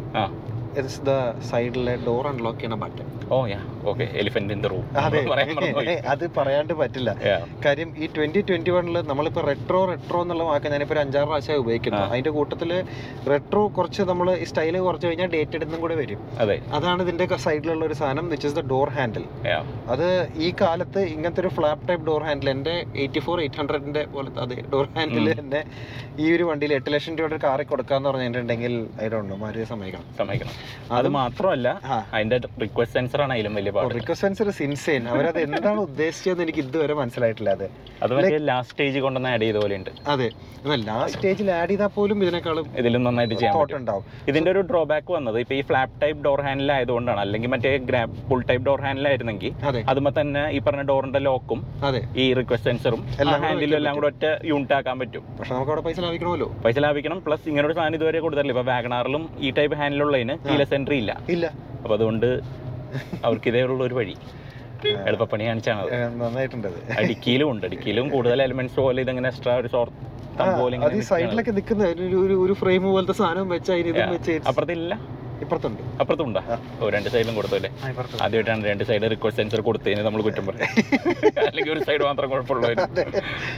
[SPEAKER 1] it's the സൈഡിലെ door unlock ചെയ്യുന്ന button
[SPEAKER 2] oh yeah okay elephant in the room
[SPEAKER 1] അതെ
[SPEAKER 2] പറയാൻ മറന്നുപോയി
[SPEAKER 1] അത് പറയാണ്ട് പറ്റില്ല
[SPEAKER 2] Yeah.
[SPEAKER 1] കാര്യം ഈ ട്വന്റി ട്വന്റി വണ്ണിൽ നമ്മളിപ്പോൾ റെട്രോ റെട്രോ എന്നുള്ള വാക്ക് ഞാനിപ്പോൾ ഒരു അഞ്ചാറ് പ്രാവശ്യമായി ഉപയോഗിക്കുന്നു
[SPEAKER 2] ആ.
[SPEAKER 1] അതിന്റെ കൂട്ടത്തിൽ റെട്രോ കുറച്ച് നമ്മൾ സ്റ്റൈല് കുറച്ച് കഴിഞ്ഞാൽ ഡേറ്റഡ് എന്നും കൂടെ വരും
[SPEAKER 2] അതെ
[SPEAKER 1] അതാണ് ഇതിന്റെ സൈഡിലുള്ള ഒരു സാധനം which is the door handle
[SPEAKER 2] Yeah.
[SPEAKER 1] അത് ഈ കാലത്ത് ഇങ്ങനത്തെ ഒരു ഫ്ലാപ്പ് ടൈപ്പ് ഡോർ ഹാൻഡിൽ എൻ്റെ എയ്റ്റി ഫോർ എയ്റ്റ് ഹൺഡ്രഡിൻ്റെ പോലത്തെ അതെ ഡോർ ഹാൻഡിൽ തന്നെ ഈ ഒരു വണ്ടിയിൽ എട്ട് ലക്ഷം രൂപയുടെ ഒരു കാറിൽ കൊടുക്കാന്ന് പറഞ്ഞിട്ടുണ്ടെങ്കിൽ അതിലുണ്ടോ മാരുതി സമ്മതിക്കണം
[SPEAKER 2] സമ്മതിക്കണം അത് മാത്രമല്ല
[SPEAKER 1] ആ
[SPEAKER 2] അതിന്റെ റിക്വസ്റ്റ് സെൻസർ ആണ് അതിലും
[SPEAKER 1] Oh,
[SPEAKER 2] വലിയ പാട്
[SPEAKER 1] റിക്വസ്റ്റ് സെൻസർ സിൻസെയിൻ അവരത് എന്താണ് ഉദ്ദേശിച്ചതെന്ന് എനിക്ക് ഇതുവരെ മനസ്സിലായിട്ടില്ല അത്
[SPEAKER 2] അത് മറ്റേ ലാസ്റ്റ് സ്റ്റേജ് കൊണ്ടുവന്ന് ആഡ് ചെയ്ത പോലെ ഉണ്ട്
[SPEAKER 1] അതെ എല്ലാ സ്റ്റേജിൽ ആഡ് ചെയ്താൽ പോലും ഇതിനേക്കാളും
[SPEAKER 2] ഇതിലും നന്നായിട്ട് ചെയ്യാൻ
[SPEAKER 1] തോട്ട്
[SPEAKER 2] പറ്റും
[SPEAKER 1] ഉണ്ടാവും
[SPEAKER 2] ഇതിന്റെ ഒരു ഡ്രോബാക്ക് വന്നത് ഇപ്പൊ ഈ ഫ്ലാപ്പ് ടൈപ്പ് ഡോർ ഹാൻഡിൽ ആയതുകൊണ്ടാണ് അല്ലെങ്കിൽ മറ്റേ ഗ്രാബ് ഫുൾ ടൈപ്പ് ഡോർ ഹാൻഡിലായിരുന്നെങ്കിൽ
[SPEAKER 1] അതെ
[SPEAKER 2] അതുമ്പോ തന്നെ ഈ പറഞ്ഞ ഡോറിന്റെ ലോക്കും
[SPEAKER 1] അതെ
[SPEAKER 2] ഈ റിക്വസ്റ്റ് സെൻസറും
[SPEAKER 1] എല്ലാം കൂടെ
[SPEAKER 2] ഹാൻഡിലും എല്ലാം കൂടെ ഒറ്റ യൂണിറ്റ് ആക്കാൻ പറ്റും
[SPEAKER 1] പക്ഷെ നമുക്ക് അവിടെ പൈസ ലാഭിക്കണമല്ലോ
[SPEAKER 2] പൈസ ലാഭിക്കണം പ്ലസ് ഇങ്ങനെ ഒരു സാധനം ഇതുവരെ കൊടുത്തിട്ടില്ല ഇപ്പൊ വാഗണാറിലും ഈ ടൈപ്പ് ഹാൻഡിലുള്ളതിന് കീല സെൻട്രി ഇല്ല
[SPEAKER 1] ഇല്ല
[SPEAKER 2] അപ്പോൾ അതുകൊണ്ട് അവർക്ക് ഇതേ ഉള്ള ഒരു വഴി എളുപ്പപ്പണി കാണിച്ചാണ് അത്
[SPEAKER 1] ഏ, നന്നായിട്ടുണ്ട് അത്.
[SPEAKER 2] അടുക്കിയിലും ഉണ്ട് അടുക്കിയിലും കൂടുതൽ എലിമെന്റ്സ് പോലെ ഇതിങ്ങനെ എക്സ്ട്രാ ഒരു ഷോർട്ട്
[SPEAKER 1] ആ,
[SPEAKER 2] തമ്പ് പോലെ
[SPEAKER 1] അത് ഈ
[SPEAKER 2] ഇങ്ങനെ
[SPEAKER 1] സൈഡിലൊക്കെ നിൽക്കുന്ന ഒരു ഒരു ഒരു ഫ്രെയിം പോലത്തെ സാധനം വെച്ച് അതിന് ഇതും വെച്ച്
[SPEAKER 2] അപ്പുറത്തില്ല
[SPEAKER 1] ഇപ്പുറത്തുണ്ട്
[SPEAKER 2] അപ്പുറത്തുണ്ടോ
[SPEAKER 1] ആ.
[SPEAKER 2] ഓ രണ്ട് സൈഡിലും കൊടുത്തല്ലേ ആദ്യമായിട്ടാണ് രണ്ട് സൈഡ് റിക്വസ്റ്റ് സെൻസർ കൊടുത്തതിന് നമ്മൾ കുറ്റം പറയും അല്ലെങ്കിൽ ഒരു സൈഡ് മാത്രം കുഴപ്പമുള്ളൂ
[SPEAKER 1] അതെ.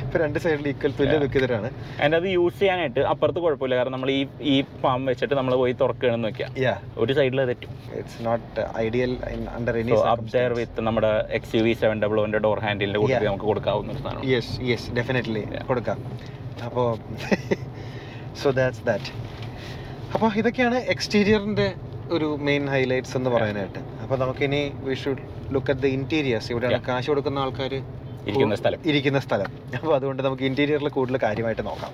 [SPEAKER 1] ഇപ്പൊ രണ്ട് സൈഡിൽ ഈക്വൽ തുല്യ വിക്കിതരാണ്
[SPEAKER 2] അതിൻ്റെ അത് യൂസ് ചെയ്യാനായിട്ട് അപ്പുറത്ത് കുഴപ്പമില്ല കാരണം നമ്മൾ ഈ ഈ പാമ്പ് വെച്ചിട്ട് നമ്മൾ പോയി തുറക്കുകയാണെന്ന് വെക്കുക
[SPEAKER 1] യാ
[SPEAKER 2] ഒരു സൈഡിൽ തെറ്റും
[SPEAKER 1] it's not ideal under any
[SPEAKER 2] so up there with നമ്മുടെ X U V seven double ഒൻ്റെ ഡോർ ഹാൻഡിലിൻ്റെ കൂട്ടത്തിൽ നമുക്ക് കൊടുക്കാവുന്ന ഒരു സാധനം
[SPEAKER 1] യെസ് യെസ് ഡെഫിനറ്റ്ലി കൊടുക്കാം അപ്പോൾ സോ ദാറ്റ്സ് ദാറ്റ് അപ്പോൾ ഇതൊക്കെയാണ് എക്സ്റ്റീരിയറിൻ്റെ ഒരു മെയിൻ ഹൈലൈറ്റ്സ് എന്ന് പറയാനായിട്ട് അപ്പോൾ നമുക്കിനി we should look at the interiors ഇവിടെയാണ്
[SPEAKER 2] Yeah.
[SPEAKER 1] കാശ് കൊടുക്കുന്ന ആൾക്കാർ
[SPEAKER 2] ഇരിക്കുന്ന സ്ഥലം
[SPEAKER 1] ഇരിക്കുന്ന സ്ഥലം അപ്പോൾ അതുകൊണ്ട് നമുക്ക് ഇൻറ്റീരിയറിൽ കൂടുതൽ കാര്യമായിട്ട് നോക്കാം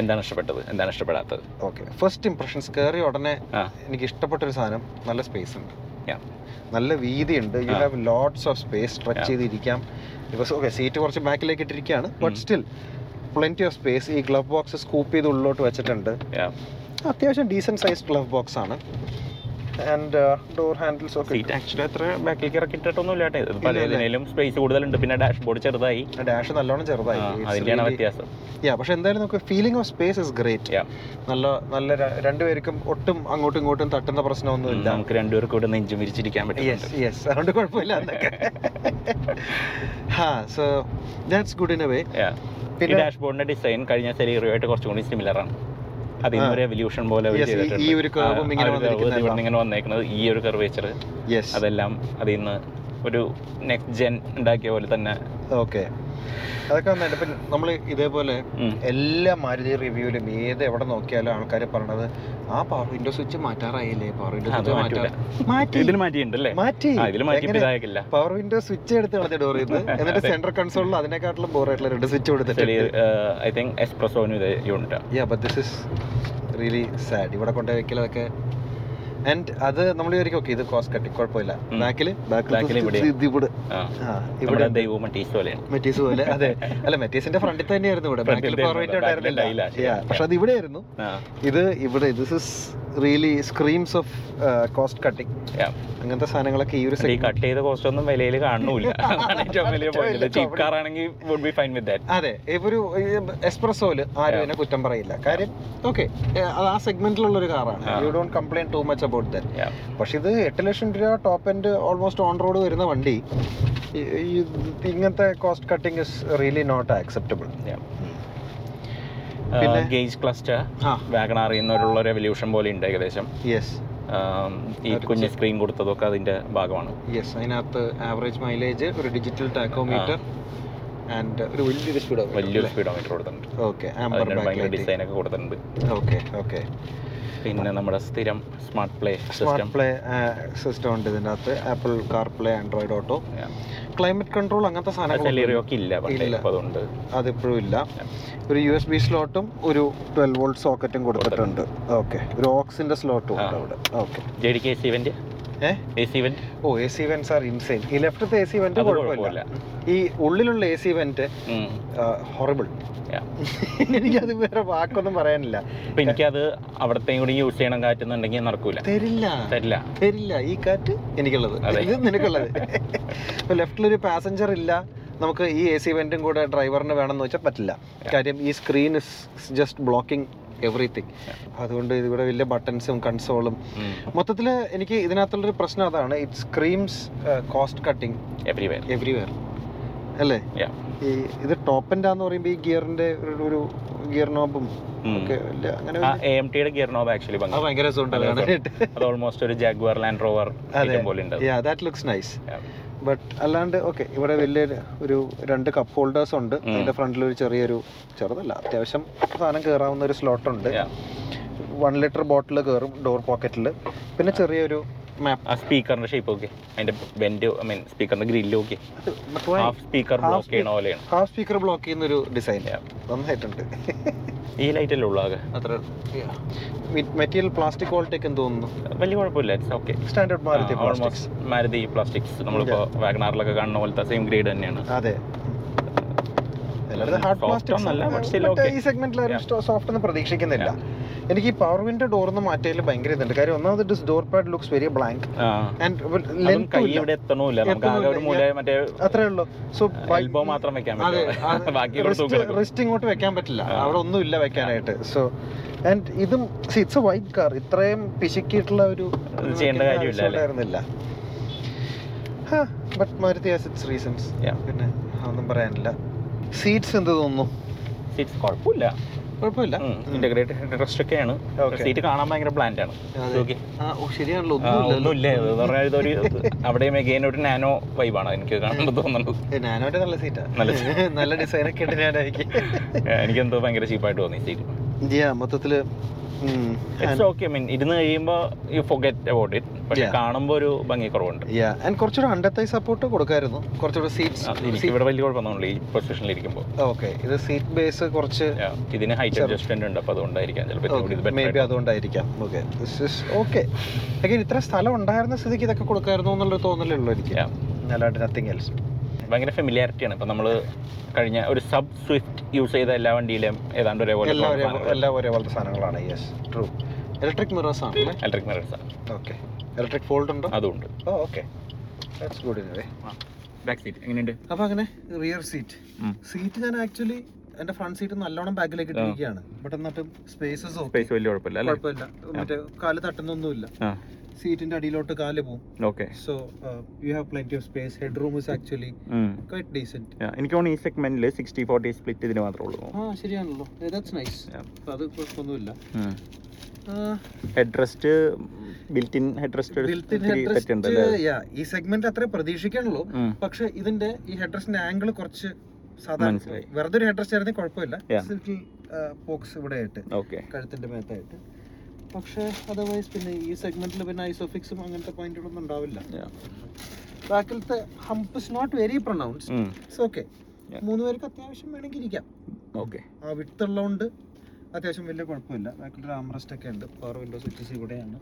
[SPEAKER 2] എന്താണ് ഇഷ്ടപ്പെട്ടത് എന്താണ് ഇഷ്ടപ്പെടാത്തത്
[SPEAKER 1] ഓക്കെ ഫസ്റ്റ് ഇംപ്രഷൻസ് കയറിയ ഉടനെ
[SPEAKER 2] ആ
[SPEAKER 1] എനിക്ക് ഇഷ്ടപ്പെട്ട ഒരു സാധനം നല്ല സ്പേസ് ഉണ്ട്
[SPEAKER 2] Yeah.
[SPEAKER 1] നല്ല വീതിയുണ്ട് യു
[SPEAKER 2] ആ.
[SPEAKER 1] Have lots of space stretch
[SPEAKER 2] Yeah.
[SPEAKER 1] ചെയ്തിരിക്കാം ബിക്കോസ് ഓക്കെ സീറ്റ് കുറച്ച് ബാക്കിലേക്ക് ഇട്ടിരിക്കുകയാണ് ബട്ട്
[SPEAKER 2] ഉം.
[SPEAKER 1] സ്റ്റിൽ പ്ലെൻറ്റി ഓഫ് സ്പേസ് ഈ ഗ്ലവ് ബോക്സ് സ്കൂപ്പ് ചെയ്ത് ഉള്ളിലോട്ട് വെച്ചിട്ടുണ്ട്
[SPEAKER 2] Yeah.
[SPEAKER 1] അത്യാവശ്യം ഡീസെന്റ് സൈസ് ഗ്ലവ് ബോക്സ് ആണ് ആൻഡ് ഡോർ ഹാൻഡിൽസ് ഒക്കെ
[SPEAKER 2] സീറ്റ് ആക്ച്വലി അത്ര ബാക്കിലേക്ക് ഇറക്കിയിട്ടൊന്നുമില്ല കേട്ടോ ഇത് പലതിനേലും സ്പേസ് കൂടുതലുണ്ട് പിന്നെ ഡാഷ്ബോർഡ് ചെറുതായി
[SPEAKER 1] ഡാഷ് നല്ലോണം ചെറുതായി
[SPEAKER 2] ആ, അതിന്റെയാണ് വ്യത്യാസം
[SPEAKER 1] യാ പക്ഷെ എന്തായാലും നമുക്ക് feeling of space is great
[SPEAKER 2] Yeah.
[SPEAKER 1] നല്ല നല്ല ര- രണ്ടുപേർക്കും ഒട്ടും അങ്ങോട്ടും ഇങ്ങോട്ടും തട്ടുന്ന പ്രശ്നമൊന്നുമില്ല
[SPEAKER 2] നമുക്ക് രണ്ടുപേർക്കും ഇവിടെ നെഞ്ചും വിരിച്ചിരിക്കാൻ
[SPEAKER 1] യെസ്
[SPEAKER 2] പറ്റും
[SPEAKER 1] യെസ് അതുകൊണ്ട് കുഴപ്പമില്ല എന്നൊക്കെ ഹാ so that's good in a way
[SPEAKER 2] ഈ
[SPEAKER 1] പിന്നെ
[SPEAKER 2] ഡാഷ്ബോർഡിന്റെ ഡിസൈൻ കഴിഞ്ഞ സെലീറിയുമായിട്ട് കുറച്ചും കൂടി സിമിലർ ആണ് അതിന്
[SPEAKER 1] ആ.
[SPEAKER 2] ഒരു എവല്യൂഷൻ പോലെ അവർ
[SPEAKER 1] Yes, ഈ-
[SPEAKER 2] ചെയ്തിട്ടുണ്ട്.
[SPEAKER 1] ഈ ഒരു
[SPEAKER 2] ആ,
[SPEAKER 1] curve ഉം ഇങ്ങനെ
[SPEAKER 2] ആ ഒരു curve
[SPEAKER 1] വന്നിരിക്കുന്നത്
[SPEAKER 2] ഇവിടെ
[SPEAKER 1] അല്ല.
[SPEAKER 2] ഇങ്ങനെ വന്നേക്കുന്നത് ഈ ഒരു കർവേച്ചർ
[SPEAKER 1] യെസ്
[SPEAKER 2] അതെല്ലാം അതിൽ നിന്ന് ഒരു നെക്സ്റ്റ് ജെൻ ഉണ്ടാക്കിയ പോലെ തന്നെ
[SPEAKER 1] ഓക്കെ അതൊക്കെ വന്നിട്ട് ഇപ്പം നമ്മൾ ഇതേപോലെ
[SPEAKER 2] ഉം.
[SPEAKER 1] എല്ലാ മാരുതി റിവ്യൂവിലും ഏത് എവിടെ നോക്കിയാലും ആൾക്കാർ പറയണത് ആ പവർ വിൻഡോ സ്വിച്ച് മാറ്റാറായില്ലേ പവർ വിൻഡോ
[SPEAKER 2] അത്
[SPEAKER 1] സ്വിച്ച്
[SPEAKER 2] മാറ്റൂല.
[SPEAKER 1] മാറ്റി
[SPEAKER 2] ഇതിൽ മാറ്റിയിട്ടുണ്ട് അല്ലേ
[SPEAKER 1] മാറ്റി
[SPEAKER 2] ആ, ഇതിൽ മാറ്റിയപ്പോൾ ഇതായില്ല
[SPEAKER 1] പവർ വിൻഡോ സ്വിച്ച് എടുത്ത് കളഞ്ഞ ഡോർ ചെയ്ത് എന്നിട്ട് സെൻട്രൽ കൺസോളിൽ അതിനെക്കാട്ടിലും ബോറായിട്ടുള്ള രണ്ട് സ്വിച്ച് കൊടുത്തിട്ടുണ്ട്
[SPEAKER 2] ഐ തിങ്ക് എക്സ്പ്രസോനും ഇത് unit
[SPEAKER 1] yeah but this is really sad ഇവിടെ കൊണ്ടുപോയി വെക്കൽ അതൊക്കെ ആൻഡ് അത് നമ്മൾ വിചാരിക്കും ഓക്കെ ഇത് കോസ്റ്റ് കട്ടി കുഴപ്പമില്ല
[SPEAKER 2] ഉം.
[SPEAKER 1] ബാക്കിൽ
[SPEAKER 2] Back ല് ഇവിടെ.
[SPEAKER 1] ഇവിടെ ആ, ഇവിടെ
[SPEAKER 2] നമ്മുടെ ദൈവവും ടീസ് പോലെയാണ്
[SPEAKER 1] മെറ്റീസ് പോലെ അതെ അല്ല മെറ്റീസിന്റെ ഫ്രണ്ടിൽ തന്നെയായിരുന്നു ഇവിടെ
[SPEAKER 2] Front ൽ
[SPEAKER 1] ബാക്കിൽ
[SPEAKER 2] തന്നെ
[SPEAKER 1] കോർവേറ്റ്
[SPEAKER 2] ഉണ്ട്. Back ൽ ഉണ്ടായില്ല.
[SPEAKER 1] ഉണ്ടായിരുന്നില്ല
[SPEAKER 2] ശരി.
[SPEAKER 1] Yeah, പക്ഷെ അത് ഇവിടെ ആയിരുന്നു
[SPEAKER 2] ആ,
[SPEAKER 1] ഇത് ഇവിടെ this is really screams of cost cutting
[SPEAKER 2] yeah.
[SPEAKER 1] uh, അങ്ങനത്തെ സാധനങ്ങളൊക്കെ ഈ ഒരു
[SPEAKER 2] ഈ
[SPEAKER 1] segment-
[SPEAKER 2] കട്ട് ചെയ്ത കോസ്റ്റ് ഒന്നും വിലയിൽ കാണുന്നില്ല അതാണ് ഏറ്റവും വലിയ പോയിന്റ് ചീപ്പ് കാർ ആണെങ്കിൽ would be fine with that
[SPEAKER 1] അതെ ഇവര് എക്സ്പ്രസോയില് ആരും എന്നെ കുറ്റം പറയില്ല കാര്യം ഓക്കെ അത് ആ സെഗ്മെന്റിലുള്ള ഒരു കാറാണ്
[SPEAKER 2] ആ.
[SPEAKER 1] You don't complain too much about that പക്ഷെ ഇത് എട്ട് ലക്ഷം രൂപ top end almost on road വരുന്ന വണ്ടി ഈ- ഈ- ഇങ്ങനത്തെ cost cutting is really not acceptable
[SPEAKER 2] Hmm. Uh,
[SPEAKER 1] പിന്നെ?
[SPEAKER 2] ഗേജ് ക്ലസ്റ്റർ
[SPEAKER 1] ആ
[SPEAKER 2] വാഗൺ അറിയുന്നവരുള്ള ഒരു എവല്യൂഷൻ പോലെ ഉണ്ട് ഏകദേശം
[SPEAKER 1] യെസ്
[SPEAKER 2] ആം, ഈ കുഞ്ഞ് സ്ക്രീൻ കൊടുത്തതൊക്കെ അതിന്റെ ഭാഗമാണ്
[SPEAKER 1] യെസ് അതിനകത്ത് ആവറേജ് മൈലേജ് ഒരു ഡിജിറ്റൽ ടാക്കോമീറ്റർ ആൻഡ് ഒരു വലിയൊരു
[SPEAKER 2] വലിയൊരു
[SPEAKER 1] സ്പീഡ്
[SPEAKER 2] സ്പീഡോമീറ്റർ കൊടുത്തിട്ടുണ്ട്
[SPEAKER 1] ഓക്കെ ആംബർ
[SPEAKER 2] അതിനൊരു ഭയങ്കര
[SPEAKER 1] ബാക്ക്
[SPEAKER 2] ഡിസൈൻ ഒക്കെ കൊടുത്തിട്ടുണ്ട്
[SPEAKER 1] ഓക്കെ ഓക്കെ
[SPEAKER 2] പിന്നെ നമ്മുടെ സ്ഥിരം smart play
[SPEAKER 1] smart
[SPEAKER 2] system
[SPEAKER 1] play system ഉണ്ട് ഇതിൻ്റെ അകത്ത് Apple CarPlay Android Auto climate control അങ്ങനത്തെ സാധനങ്ങൾ
[SPEAKER 2] സെലറിയൊക്കെ ഇല്ല പക്ഷേ
[SPEAKER 1] ഇല്ല.
[SPEAKER 2] ഇപ്പൊ അതുകൊണ്ട്
[SPEAKER 1] അതിപ്പോഴും ഇല്ല ഒരു യു എസ് ബി സ്ലോട്ടും ഒരു ട്വൽവ് വോൾട്ട് സോക്കറ്റും കൊടുത്തിട്ടുണ്ട് ഓക്കെ ഒരു ഓക്സിന്റെ സ്ലോട്ടും ഉണ്ട്
[SPEAKER 2] ആ.
[SPEAKER 1] അവിടെ okay
[SPEAKER 2] J D K S event
[SPEAKER 1] ഏ
[SPEAKER 2] A C event
[SPEAKER 1] oh A C vents are insane ഈ ലെഫ്റ്റത്തെ എ സി വെന്റ്
[SPEAKER 2] അത്
[SPEAKER 1] കുഴപ്പമില്ല
[SPEAKER 2] കുഴപ്പമില്ല
[SPEAKER 1] ഈ ഉള്ളിലുള്ള എ സി വെന്റ്
[SPEAKER 2] ഉം.
[SPEAKER 1] Horrible
[SPEAKER 2] Yeah.
[SPEAKER 1] എനിക്കത് വേറെ വാക്കൊന്നും പറയാനില്ല
[SPEAKER 2] അപ്പൊ എനിക്കത് അവിടത്തെയും കൂടി യൂസ് ചെയ്യണം കാറ്റുന്നുണ്ടെങ്കിൽ നടക്കൂല
[SPEAKER 1] തരില്ല
[SPEAKER 2] തരില്ല
[SPEAKER 1] തരില്ല ഈ കാറ്റ് എനിക്കുള്ളത്
[SPEAKER 2] അതെ.
[SPEAKER 1] ഇത് നിനക്കുള്ളത് ലെഫ്റ്റിലൊരു പാസഞ്ചർ ഇല്ല നമുക്ക് ഈ എ സി വെന്റും കൂടെ ഡ്രൈവറിന് വേണമെന്ന് വെച്ചാൽ പറ്റില്ല കാര്യം ഈ screen is just blocking everything അതുകൊണ്ട് ഇതിവിടെ വലിയ ബട്ടൺസും കൺസോളും മൊത്തത്തിൽ എനിക്ക് ഇതിനകത്തുള്ളൊരു പ്രശ്നം അതാണ് uh, it screams cost cutting
[SPEAKER 2] everywhere
[SPEAKER 1] everywhere അല്ലേ
[SPEAKER 2] Yeah.
[SPEAKER 1] ഈ ഇത് ടോപ്പിൻ്റെ എന്ന് പറയുമ്പോൾ ഈ ഗിയറിന്റെ ഒരു ഒരു ഗിയർ നോബും ഒക്കെ വലിയ അങ്ങനെ
[SPEAKER 2] ആ
[SPEAKER 1] വലിയ-
[SPEAKER 2] എ എം ടിയുടെ ഗിയർ നോബ് ആക്ച്വലി
[SPEAKER 1] അത് ഭയങ്കര രസമുണ്ട് അത്
[SPEAKER 2] അത്
[SPEAKER 1] കാണാനായിട്ട്
[SPEAKER 2] അത് ഓൾമോസ്റ്റ് ഒരു ജാഗ്വാർ ലാൻഡ് റോവർ
[SPEAKER 1] അതെ
[SPEAKER 2] പോലെ ഉണ്ട്
[SPEAKER 1] yeah that looks nice
[SPEAKER 2] Yeah.
[SPEAKER 1] But അല്ലാണ്ട് ഓക്കെ ഇവിടെ വലിയ ഒരു രണ്ട് കപ്പ് ഹോൾഡേഴ്സ് ഉണ്ട്
[SPEAKER 2] ഉം.
[SPEAKER 1] അതിന്റെ ഫ്രണ്ടിൽ ഒരു ചെറിയൊരു ചെറുതല്ല അത്യാവശ്യം സാധനം കയറാവുന്ന ഒരു സ്ലോട്ട് ഉണ്ട്
[SPEAKER 2] Yeah.
[SPEAKER 1] വൺ ലിറ്റർ ബോട്ടിൽ കയറും ഡോർ പോക്കറ്റിൽ പിന്നെ ചെറിയൊരു മാപ്പ്
[SPEAKER 2] ആ സ്പീക്കറിന്റെ ഷേപ്പ് ഓക്കെ അതിന്റെ ബെൻഡ് ഐ മീൻ സ്പീക്കറിന്റെ grill okay half speaker
[SPEAKER 1] Half
[SPEAKER 2] block ചെയ്യണ പോലെയാണ്
[SPEAKER 1] ഹാഫ് സ്പീക്കർ ബ്ലോക്ക് ചെയ്യുന്ന ഒരു ഡിസൈൻ
[SPEAKER 2] Yeah.
[SPEAKER 1] നന്നായിട്ടുണ്ട്
[SPEAKER 2] ഈ ലൈറ്റ് അല്ലേ ഉള്ളൂ ആകെ
[SPEAKER 1] അത്ര മെറ്റീരിയൽ പ്ലാസ്റ്റിക് ക്വാളിറ്റി ഒക്കെ തോന്നുന്നു
[SPEAKER 2] വലിയ കുഴപ്പമില്ല it's okay
[SPEAKER 1] standard Maruti plastics
[SPEAKER 2] Maruti plastics നമ്മളിപ്പോ വാഗ്നാറിലൊക്കെ കാണുന്ന പോലത്തെ സെയിം ഗ്രേഡ് തന്നെയാണ്
[SPEAKER 1] അതെ പ്രതീക്ഷിക്കുന്നില്ല ഹാർഡ്
[SPEAKER 2] Soft
[SPEAKER 1] പ്ലാസ്റ്റിക്സ്
[SPEAKER 2] ഒന്നല്ല, but still
[SPEAKER 1] മറ്റേ
[SPEAKER 2] okay.
[SPEAKER 1] ഈ സെഗ്മെന്റിൽ ആരും സോഫ്റ്റ് ഒന്നും പ്രതീക്ഷിക്കുന്നില്ല എനിക്ക് ഈ പവർ വിൻഡോ ഡോർന്ന് മാറ്റിയതിൽ ഭയങ്കര ഇതുണ്ട് കാര്യം ഒന്നാമത് it door pad looks very blank
[SPEAKER 2] ആ.
[SPEAKER 1] ആൻഡ്
[SPEAKER 2] അതും കൈ
[SPEAKER 1] ലെങ്ത്
[SPEAKER 2] ഇവിടെ എത്തണമില്ല നമുക്ക് ആകെ ഒരു
[SPEAKER 1] എത്തണമില്ല.
[SPEAKER 2] മൂല മറ്റേ
[SPEAKER 1] അത്രേ ഉള്ളൂ സോ
[SPEAKER 2] എൽബോ മാത്രം വെക്കാൻ
[SPEAKER 1] അതെ
[SPEAKER 2] പറ്റും ബാക്കി ഇവിടെ തൂക്കി കിടക്കും.
[SPEAKER 1] റിസ്റ്റ് ഇങ്ങോട്ട് വെക്കാൻ പറ്റില്ല
[SPEAKER 2] ആ.
[SPEAKER 1] അവിടെ ഒന്നും ഇല്ല വെക്കാനായിട്ട് സോ ആൻഡ് ഇതും ഇറ്റ്സ് എ വൈറ്റ് കാർ ഇത്രയും പിശുക്കിയിട്ടുള്ള ഒരു
[SPEAKER 2] അത് ചെയ്യേണ്ട
[SPEAKER 1] വെക്കേണ്ട
[SPEAKER 2] കാര്യമില്ല അല്ലേ?
[SPEAKER 1] ആവശ്യമുണ്ടായിരുന്നില്ല but Maruti has its reasons
[SPEAKER 2] Yeah.
[SPEAKER 1] പിന്നെ ഒന്നും പറയാനില്ല സീറ്റ്സ് എന്ത് തോന്നുന്നു
[SPEAKER 2] സീറ്റ്സ് കുഴപ്പമില്ല
[SPEAKER 1] കുഴപ്പമില്ല
[SPEAKER 2] ഇന്റഗ്രേറ്റഡ് ഇൻട്രസ്റ്റ് ഒക്കെയാണ്
[SPEAKER 1] Mm. Okay.
[SPEAKER 2] സീറ്റ് കാണാൻ ഭയങ്കര ബ്ലാൻഡ് ആണ്
[SPEAKER 1] അതെ.
[SPEAKER 2] Okay.
[SPEAKER 1] ആ, ഓ, ശരിയാണല്ലോ
[SPEAKER 2] ആ,
[SPEAKER 1] ഒന്നുമില്ലല്ലോ
[SPEAKER 2] ഒന്നുമില്ല ഇത് എന്ന് പറഞ്ഞാൽ ഇതൊരു അവിടെയും again ഒരു നാനോ വൈബാണ് എനിക്ക് കാണുന്നത് തോന്നുന്നത്
[SPEAKER 1] നാനോട്ട് നല്ല സീറ്റാ
[SPEAKER 2] നല്ല
[SPEAKER 1] നല്ല ഡിസൈൻ ഒക്കെ ഇട്ട് ഞാനായിരിക്കും
[SPEAKER 2] എനിക്കെന്തോ ഭയങ്കര ചീപ്പായിട്ട് തോന്നി സീറ്റ്
[SPEAKER 1] ജിയാ മൊത്തത്തില് ഉം, and-
[SPEAKER 2] ഇറ്റ്സ് ഓക്കെ മീൻ ഇരുന്ന് കഴിയുമ്പോൾ യു ഫൊഗെറ്റ് അബൌട്ട് ഇറ്റ് പക്ഷെ
[SPEAKER 1] Yeah.
[SPEAKER 2] കാണുമ്പോൾ ഒരു ഭംഗി കുറവുണ്ട്
[SPEAKER 1] യാ ആൻഡ് കുറച്ചുകൂടെ അണ്ടത്തൈ സപ്പോർട്ട് കൊടുക്കായിരുന്നു കുറച്ചുകൂടെ
[SPEAKER 2] ആ, എനിക്ക്
[SPEAKER 1] സീറ്റ്സ്
[SPEAKER 2] ഇവിടെ വലിയ കുഴപ്പമൊന്നുമില്ല ഈ പൊസിഷനിൽ ഇരിക്കുമ്പോൾ
[SPEAKER 1] ഓക്കെ ഇത് സീറ്റ് ബേസ് കുറച്ച്
[SPEAKER 2] ഇതിന് ഹൈറ്റ്
[SPEAKER 1] Sure.
[SPEAKER 2] അഡ്ജസ്റ്റ്മെന്റ് ഉണ്ട് അപ്പോൾ അതുകൊണ്ടായിരിക്കാം ചിലപ്പോൾ ഇത്
[SPEAKER 1] മേ ബി
[SPEAKER 2] ബെറ്റർ
[SPEAKER 1] അതുകൊണ്ടായിരിക്കാം ഓക്കെ ഓക്കെ അഗൈൻ ഇത്ര സ്ഥലം ഉണ്ടായിരുന്ന സ്ഥിതിക്ക് ഇതൊക്കെ കൊടുക്കായിരുന്നു എന്നുള്ളൊരു തോന്നലേ ഉള്ളൂ എനിക്ക്
[SPEAKER 2] Yeah.
[SPEAKER 1] അല്ലാണ്ട് നത്തിങ് എൽസ്
[SPEAKER 2] ഭയങ്കര ഫെമിലിയാരിറ്റിയാണ് ഇപ്പം നമ്മൾ കഴിഞ്ഞ ഒരു സബ് സ്വിഫ്റ്റ് യൂസ് ചെയ്ത എല്ലാ വണ്ടിയിലും ഏതാണ്ട് ഒരേപോലെ
[SPEAKER 1] എല്ലാം ഒരേ എല്ലാം ഒരേപോലത്തെ സാധനങ്ങളാണ് യെസ് ട്രൂ ഇലക്ട്രിക് മിറേഴ്സ് ആണ് അല്ലേ
[SPEAKER 2] ഇലക്ട്രിക് മിറേഴ്സ് ആണ്
[SPEAKER 1] ഓക്കെ ഇലക്ട്രിക് ഫോൾഡ് ഉണ്ടോ Oh,
[SPEAKER 2] അതുകൊണ്ട്
[SPEAKER 1] oh okay that's good in way
[SPEAKER 2] back seat എങ്ങനെയുണ്ട്
[SPEAKER 1] അപ്പോൾ അങ്ങനെ റിയർ സീറ്റ് സീറ്റ് ഞാൻ ആക്ച്വലി എൻ്റെ ഫ്രണ്ട് സീറ്റ് നല്ലോണം ബാക്കിലേക്ക് ഇട്ടിരിക്കുകയാണ് ബട്ട് എന്നിട്ടും സ്പേസസ് ഓക്കെ
[SPEAKER 2] സ്പേസ് വലിയ കുഴപ്പമില്ല അല്ലേ
[SPEAKER 1] കുഴപ്പമില്ല മറ്റേ കാല് തട്ടുന്നൊന്നുമില്ല
[SPEAKER 2] ആ
[SPEAKER 1] സീറ്റിന്റെ അടിയിലോട്ട് കാല് uh, പോകും
[SPEAKER 2] okay
[SPEAKER 1] so you have plenty of space head room is actually quite decent
[SPEAKER 2] എനിക്ക് തോന്നുന്നു ഈ സെഗ്മെന്റിൽ സിക്സ്റ്റി ഫോർട്ടി സ്പ്ലിറ്റ് ഇതിന് മാത്രമേ ഉള്ളൂ
[SPEAKER 1] ആ ശരിയാണല്ലോ ദാറ്റ്സ് നൈസ് അത് കുഴപ്പമൊന്നുമില്ല
[SPEAKER 2] head rest built in head rest
[SPEAKER 1] yeah, ഈ സെഗ്മെന്റ് അത്ര പ്രതീക്ഷിക്കണല്ലോ പക്ഷെ ഇതിന്റെ ഈ ഹെഡ്രസ്റ്റിന്റെ ആംഗിൾ കുറച്ച് സാധാരണ
[SPEAKER 2] മനസ്സിലായി.
[SPEAKER 1] വെറുതെ ഒരു ഹെഡ്രസ്റ്റ് ആയിരുന്നെങ്കിൽ കുഴപ്പമില്ല uh,
[SPEAKER 2] Yeah.
[SPEAKER 1] സിൽക്കി പോക്സ് ഇവിടെ ആയിട്ട്
[SPEAKER 2] ഓക്കെ
[SPEAKER 1] കഴുത്തിന്റെ മേത്തായിട്ട് പക്ഷെ അതർവൈസ് പിന്നെ ഈ സെഗ്മെന്റിൽ പിന്നെ ഐസോഫിക്സും അങ്ങനത്തെ പോയിന്റുകളൊന്നും ഉണ്ടാവില്ല ബാക്കിലത്തെ hump is not very pronounce it's okay
[SPEAKER 2] Yeah.
[SPEAKER 1] മൂന്ന് പേർക്ക് അത്യാവശ്യം വേണമെങ്കിൽ ഇരിക്കാം
[SPEAKER 2] ഓക്കെ
[SPEAKER 1] ആ വിട്ടുള്ളതുകൊണ്ട് അത്യാവശ്യം വലിയ കുഴപ്പമില്ല ബാക്കിൽ ഒരു ആംറസ്റ്റ് ഒക്കെ ഉണ്ട് പവർ വിൻഡോ സ്വിച്ചസ് ഇവിടെയാണ്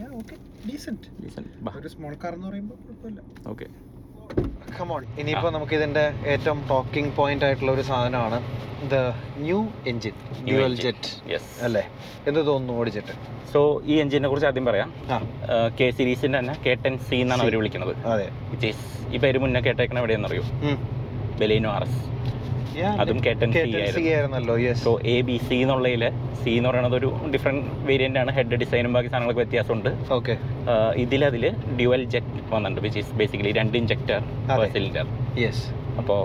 [SPEAKER 1] ഞാൻ ഓക്കെ ഡീസെന്റ് ഒരു സ്മോൾ കാർ എന്ന് പറയുമ്പോൾ കുഴപ്പമില്ല
[SPEAKER 2] ഓക്കെ
[SPEAKER 1] കമോൺ ഇനിയിപ്പോൾ നമുക്ക് ഇതിൻ്റെ ഏറ്റവും ടോക്കിംഗ് പോയിന്റ് ആയിട്ടുള്ള ഒരു സാധനമാണ് the new engine
[SPEAKER 2] New
[SPEAKER 1] dual
[SPEAKER 2] engine.
[SPEAKER 1] Jet
[SPEAKER 2] yes
[SPEAKER 1] അല്ലേ എന്ത് തോന്നുന്നു ഓടിച്ചിട്ട്
[SPEAKER 2] സോ ഈ എഞ്ചിനെ കുറിച്ച് ആദ്യം പറയാം
[SPEAKER 1] ആ.
[SPEAKER 2] കെ സീരീസിന്റെ തന്നെ കെ ടെൻ സി എന്നാണ് അവർ വിളിക്കുന്നത്
[SPEAKER 1] അതെ
[SPEAKER 2] which is ഈ പേര് മുന്നേ കേട്ടേക്കണ എവിടെയെന്നറിയോ
[SPEAKER 1] ഉം.
[SPEAKER 2] ബെലേനോ ആർ എസ്
[SPEAKER 1] Yeah,
[SPEAKER 2] അതും കെ ടെൻ സി
[SPEAKER 1] കേട്ടൻ
[SPEAKER 2] ആയിരുന്നു
[SPEAKER 1] സി ആയിരുന്നല്ലോ yes
[SPEAKER 2] so A B C എന്നുള്ളതിൽ സി എന്ന് പറയുന്നത് ഒരു ഡിഫറെൻറ്റ് വേരിയൻ്റ് ആണ് ഹെഡ് ഡിസൈനും ബാക്കി സാധനങ്ങളൊക്കെ വ്യത്യാസമുണ്ട്
[SPEAKER 1] ഓക്കെ
[SPEAKER 2] ഇതിലതിൽ ഡ്യുവൽ ജെറ്റ് വന്നിട്ടുണ്ട് വിച്ച് ഈസ് ബേസിക്കലി രണ്ട് ഇഞ്ചക്ടർ പെർ
[SPEAKER 1] അതെ.
[SPEAKER 2] സിലിണ്ടർ
[SPEAKER 1] യെസ്
[SPEAKER 2] അപ്പോൾ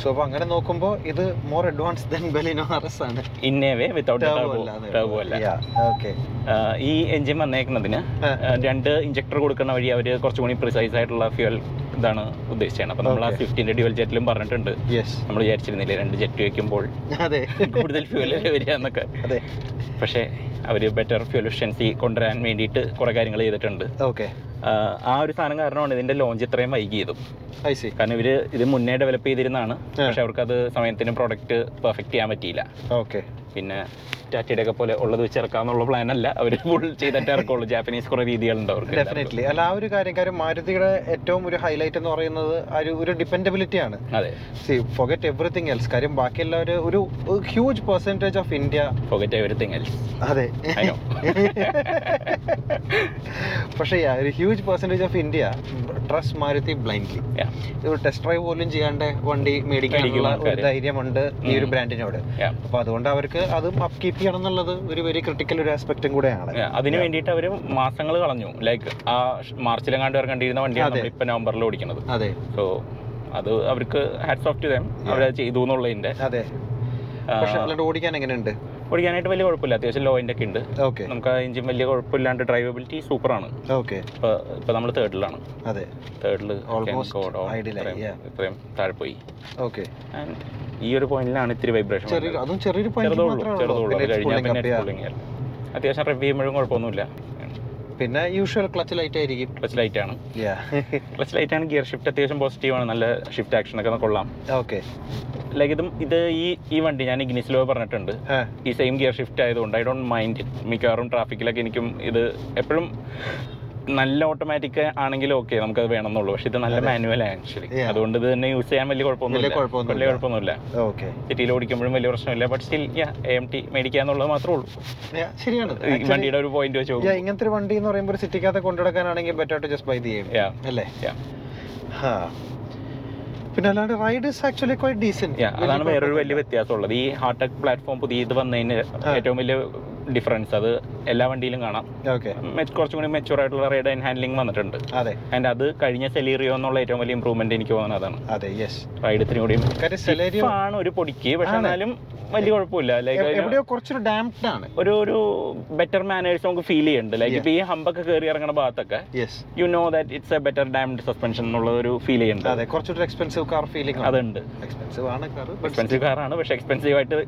[SPEAKER 1] സോ അപ്പൊ അങ്ങനെ നോക്കുമ്പോ ഇത് more advance than Baleno R S ആണ്
[SPEAKER 2] ഇന്നേവേ വിത്തൗട്ട്
[SPEAKER 1] Turbo
[SPEAKER 2] ടർബോ
[SPEAKER 1] അല്ല, അതെ.
[SPEAKER 2] ടർബോ അല്ല
[SPEAKER 1] Yeah, okay. Uh,
[SPEAKER 2] ആഹ് ഈ എഞ്ചിൻ വന്നേക്കുന്നതിന്
[SPEAKER 1] ആ.
[SPEAKER 2] ആഹ് രണ്ട് ഇഞ്ചക്ടർ കൊടുക്കുന്ന വഴി അവർ കുറച്ചും കൂടി പ്രിസൈസ് ആയിട്ടുള്ള ഫ്യൂൽ ഇതാണ് ഉദ്ദേശിച്ചത് അപ്പോൾ നമ്മൾ ആ
[SPEAKER 1] Okay.
[SPEAKER 2] സ്വിഫ്റ്റിൻ്റെ ഡ്യുവൽ ജെറ്റിലും പറഞ്ഞിട്ടുണ്ട്
[SPEAKER 1] Yes.
[SPEAKER 2] നമ്മൾ വിചാരിച്ചിരുന്നില്ലേ രണ്ട് ജെറ്റ് വയ്ക്കുമ്പോൾ
[SPEAKER 1] അതെ
[SPEAKER 2] കൂടുതൽ ഫ്യൂൽ വരിക എന്നൊക്കെ
[SPEAKER 1] അതെ
[SPEAKER 2] പക്ഷേ അവർ ബെറ്റർ ഫ്യൂൽ എഫിഷ്യൻസി കൊണ്ടുവരാൻ വേണ്ടിയിട്ട് കുറേ കാര്യങ്ങൾ ചെയ്തിട്ടുണ്ട്
[SPEAKER 1] ഓക്കെ
[SPEAKER 2] ആഹ് ആ ഒരു സാധനം കാരണമാണ് ഇതിന്റെ ലോഞ്ച് ഇത്രയും വൈകിയതും
[SPEAKER 1] ഐ സി
[SPEAKER 2] കാരണം ഇവര് ഇത് മുന്നേ ഡെവലപ്പ് ചെയ്തിരുന്നതാണ് പക്ഷെ അവർക്ക് അത് സമയത്തിന് പ്രോഡക്റ്റ് പെർഫെക്റ്റ് ചെയ്യാൻ പറ്റിയില്ല
[SPEAKER 1] ഓക്കെ
[SPEAKER 2] പിന്നെ ടാറ്റയുടെ ഒക്കെ പോലെ ഉള്ളത് വെച്ച് ഇറക്കാന്നുള്ള പ്ലാൻ അല്ല അവർ ഫുൾ ചെയ്തിട്ട് ഇറക്കുള്ളൂ ജാപ്പനീസ് കുറെ രീതികളുണ്ട് അവർക്ക് എല്ലാവർക്കും.
[SPEAKER 1] ഡെഫിനറ്റ്ലി അല്ല ആ ഒരു കാര്യം കാര്യം മാരുതിയുടെ ഏറ്റവും ഒരു ഹൈലൈറ്റ് എന്ന് പറയുന്നത് ആ ഒരു- ഒരു ഡിപ്പെൻഡബിലിറ്റി ആണ്
[SPEAKER 2] അതെ
[SPEAKER 1] സി ഫൊഗറ്റ് എവറിത്തിങ് എൽസ് കാര്യം ബാക്കിയുള്ള ഒരു ഒരു huge percentage of India
[SPEAKER 2] forget everything else
[SPEAKER 1] അതെ
[SPEAKER 2] അയ്യോ
[SPEAKER 1] പക്ഷേ yeah, ഒരു huge percentage of India trust Maruti blindly
[SPEAKER 2] Yeah.
[SPEAKER 1] ഒരു ടെസ്റ്റ് ഡ്രൈവ് പോലും ചെയ്യാണ്ട് വണ്ടി മേടിക്കാനുള്ള
[SPEAKER 2] മേടിക്കുന്ന
[SPEAKER 1] ഒരു
[SPEAKER 2] ആൾക്കാര്.
[SPEAKER 1] ധൈര്യമുണ്ട് ഈ ഒരു ബ്രാൻഡിനോട്
[SPEAKER 2] Yeah.
[SPEAKER 1] അപ്പൊ അതുകൊണ്ട് അവർക്ക് അതും അപ്കീപ്പ് ചെയ്യണം എന്നുള്ളത് ഒരു വെരി ക്രിട്ടിക്കൽ ഒരു ആസ്പെക്റ്റും കൂടെയാണ്
[SPEAKER 2] അതിന് വേണ്ടിയിട്ട് അവർ മാസങ്ങൾ കളഞ്ഞു ലൈക്ക് ആ മാർച്ചിലെങ്ങാണ്ട് ഇറക്കേണ്ടിയിരുന്ന വണ്ടിയാണ്
[SPEAKER 1] അതെ.
[SPEAKER 2] നമ്മൾ ഇപ്പൊ നവംബറിൽ ഓടിക്കുന്നത്
[SPEAKER 1] അതെ
[SPEAKER 2] സോ അത് അവർക്ക് ഹാറ്റ്സ് ഓഫ് ടു ദം അവരത് ചെയ്തു എന്നുള്ളതിന്റെ
[SPEAKER 1] അതെ
[SPEAKER 2] ആ,
[SPEAKER 1] പക്ഷെ അല്ലാണ്ട് ഓടിക്കാൻ എങ്ങനെയുണ്ട്
[SPEAKER 2] ഓടിക്കാനായിട്ട് വലിയ കുഴപ്പമില്ല അത്യാവശ്യം ലോ എൻ്റെ ഒക്കെ ഉണ്ട്
[SPEAKER 1] ഓക്കെ
[SPEAKER 2] നമുക്ക് ആ എഞ്ചിൻ വലിയ കുഴപ്പമില്ലാണ്ട് ഡ്രൈവബിലിറ്റി സൂപ്പറാണ്
[SPEAKER 1] ഓക്കെ
[SPEAKER 2] ഇപ്പോൾ ഇപ്പോൾ നമ്മൾ തേർഡിലാണ്
[SPEAKER 1] അതെ
[SPEAKER 2] തേർഡിൽ
[SPEAKER 1] Almost ideal ആയി, yeah.
[SPEAKER 2] ഇത്രയും താഴെ പോയി
[SPEAKER 1] ഓക്കെ
[SPEAKER 2] ആൻഡ് ഈ ഒരു പോയിന്റിലാണ് ഇത്തിരി വൈബ്രേഷൻ
[SPEAKER 1] ചെറിയൊരു അതും ചെറിയൊരു point
[SPEAKER 2] ചെറുതുള്ളൂ ചെറുതുള്ളൂ അത് കഴിഞ്ഞാൽ പിന്നെ
[SPEAKER 1] മാത്രമാണ്
[SPEAKER 2] കൂളിംഗ് അത്യാവശ്യം റിവ് ചെയ്യുമ്പോഴും കുഴപ്പമൊന്നുമില്ല
[SPEAKER 1] പിന്നെ യൂഷ്വൽ ക്ലച്ച് ലൈറ്റ് ആയിരിക്കും
[SPEAKER 2] ക്ലച്ച് ലൈറ്റ് ആണ്
[SPEAKER 1] Yeah.
[SPEAKER 2] ക്ലച്ച് ലൈറ്റ് ആണ് ഗിയർ ഷിഫ്റ്റ് അത്യാവശ്യം പോസിറ്റീവ് ആണ് നല്ല ഷിഫ്റ്റ് ആക്ഷൻ ഒക്കെ കൊള്ളാം
[SPEAKER 1] ഓക്കെ
[SPEAKER 2] ലൈക്ക് ഇതും ഇത് ഈ ഈ വണ്ടി ഞാൻ ഇഗ്നിസിലോ പറഞ്ഞിട്ടുണ്ട്
[SPEAKER 1] ആ,
[SPEAKER 2] ഈ സെയിം ഗിയർ ഷിഫ്റ്റ് ആയതുകൊണ്ട് ഐ ഡോണ്ട് മൈൻഡ് മിക്കവാറും ട്രാഫിക്കിലൊക്കെ എനിക്കും ഇത് എപ്പോഴും നല്ല ഓട്ടോമാറ്റിക് ആണെങ്കിലും ഓക്കെ നമുക്കത് വേണമെന്നുള്ളൂ പക്ഷെ ഇത് നല്ല മാനുവൽ ആക്ച്വലി
[SPEAKER 1] Yeah.
[SPEAKER 2] അതുകൊണ്ട് ഇത് തന്നെ യൂസ് ചെയ്യാൻ വലിയ
[SPEAKER 1] വലിയ
[SPEAKER 2] കുഴപ്പമൊന്നുമില്ല
[SPEAKER 1] കുഴപ്പമൊന്നുമില്ല.
[SPEAKER 2] വലിയ കുഴപ്പമൊന്നുമില്ല
[SPEAKER 1] ഓക്കെ
[SPEAKER 2] സിറ്റിയിൽ ഓടിക്കുമ്പോഴും വലിയ പ്രശ്നമില്ല ബട്ട് സ്റ്റിൽ എം ടി മേടിക്കുക എന്നുള്ളത് മാത്രമേ ഉള്ളൂ
[SPEAKER 1] ശരിയാണ്
[SPEAKER 2] ഈ വണ്ടിയുടെ ഒരു പോയിന്റ് വെച്ച്
[SPEAKER 1] Yeah, ഇങ്ങനത്തെ ഒരു വണ്ടി എന്ന് പറയുമ്പോൾ ഒരു സിറ്റിക്കകത്ത് കൊണ്ടുനടക്കാനാണെങ്കിൽ better to just buy the M
[SPEAKER 2] Yeah.
[SPEAKER 1] അല്ലേ
[SPEAKER 2] Yeah.
[SPEAKER 1] ഹാ. പിന്നെ അല്ലാണ്ട് ride is actually quite decent
[SPEAKER 2] Yeah, അതാണ് വേറൊരു വലിയ വ്യത്യാസമുള്ളത് ഈ ഹാർട്ടെക് പ്ലാറ്റ്ഫോം പുതിയ ഇത് വന്നതിന് ഏറ്റവും വലിയ ഡിഫറൻസ് അത് എല്ലാ വണ്ടിയിലും കാണാം
[SPEAKER 1] ഓക്കെ
[SPEAKER 2] മെ- കുറച്ചും കൂടി മെച്ചൂർ ആയിട്ടുള്ള റൈഡ് ആൻഡ് ഹാൻഡ്ലിംഗ് വന്നിട്ടുണ്ട്
[SPEAKER 1] അതെ
[SPEAKER 2] ആൻഡ് അത് കഴിഞ്ഞ സെലീറിയോ എന്നുള്ള ഏറ്റവും വലിയ ഇമ്പ്രൂവ്മെന്റ് എനിക്ക് തോന്നുന്നത് അതാണ്
[SPEAKER 1] അതെ യെസ്
[SPEAKER 2] റൈഡ് ഇത്തിരി കൂടി
[SPEAKER 1] കാര്യം സെലേരിയോ
[SPEAKER 2] stiff ആണ് ഒരു പൊടിക്ക് പക്ഷെ
[SPEAKER 1] ആണ്.
[SPEAKER 2] എന്നാലും വലിയ കുഴപ്പമില്ല ലൈക്ക്
[SPEAKER 1] എവിടെയോ കുറച്ചൊരു ഡാംപ്ഡ് ആണ്
[SPEAKER 2] ഒരു ഒരു ബെറ്റർ മാനേഴ്സ് നമുക്ക് ഫീൽ ചെയ്യുന്നുണ്ട് ലൈക്ക്
[SPEAKER 1] Yeah.
[SPEAKER 2] ഇപ്പൊ ഈ ഹമ്പൊക്കെ കയറി ഇറങ്ങുന്ന ഭാഗത്തൊക്കെ
[SPEAKER 1] yes
[SPEAKER 2] you know that it's a better damped suspension എന്നുള്ള ഒരു ഫീൽ ചെയ്യുന്നുണ്ട്
[SPEAKER 1] അതെ കുറച്ചൊരു എക്സ്പെൻസീവ് കാർ ഫീലിംഗ് ആണ്
[SPEAKER 2] അതുണ്ട്
[SPEAKER 1] എക്സ്പെൻസീവ് ആണ് കാർ
[SPEAKER 2] എക്സ്പെൻസീവ് കാറാണ് പക്ഷെ എക്സ്പെൻസീവ് ആയിട്ട്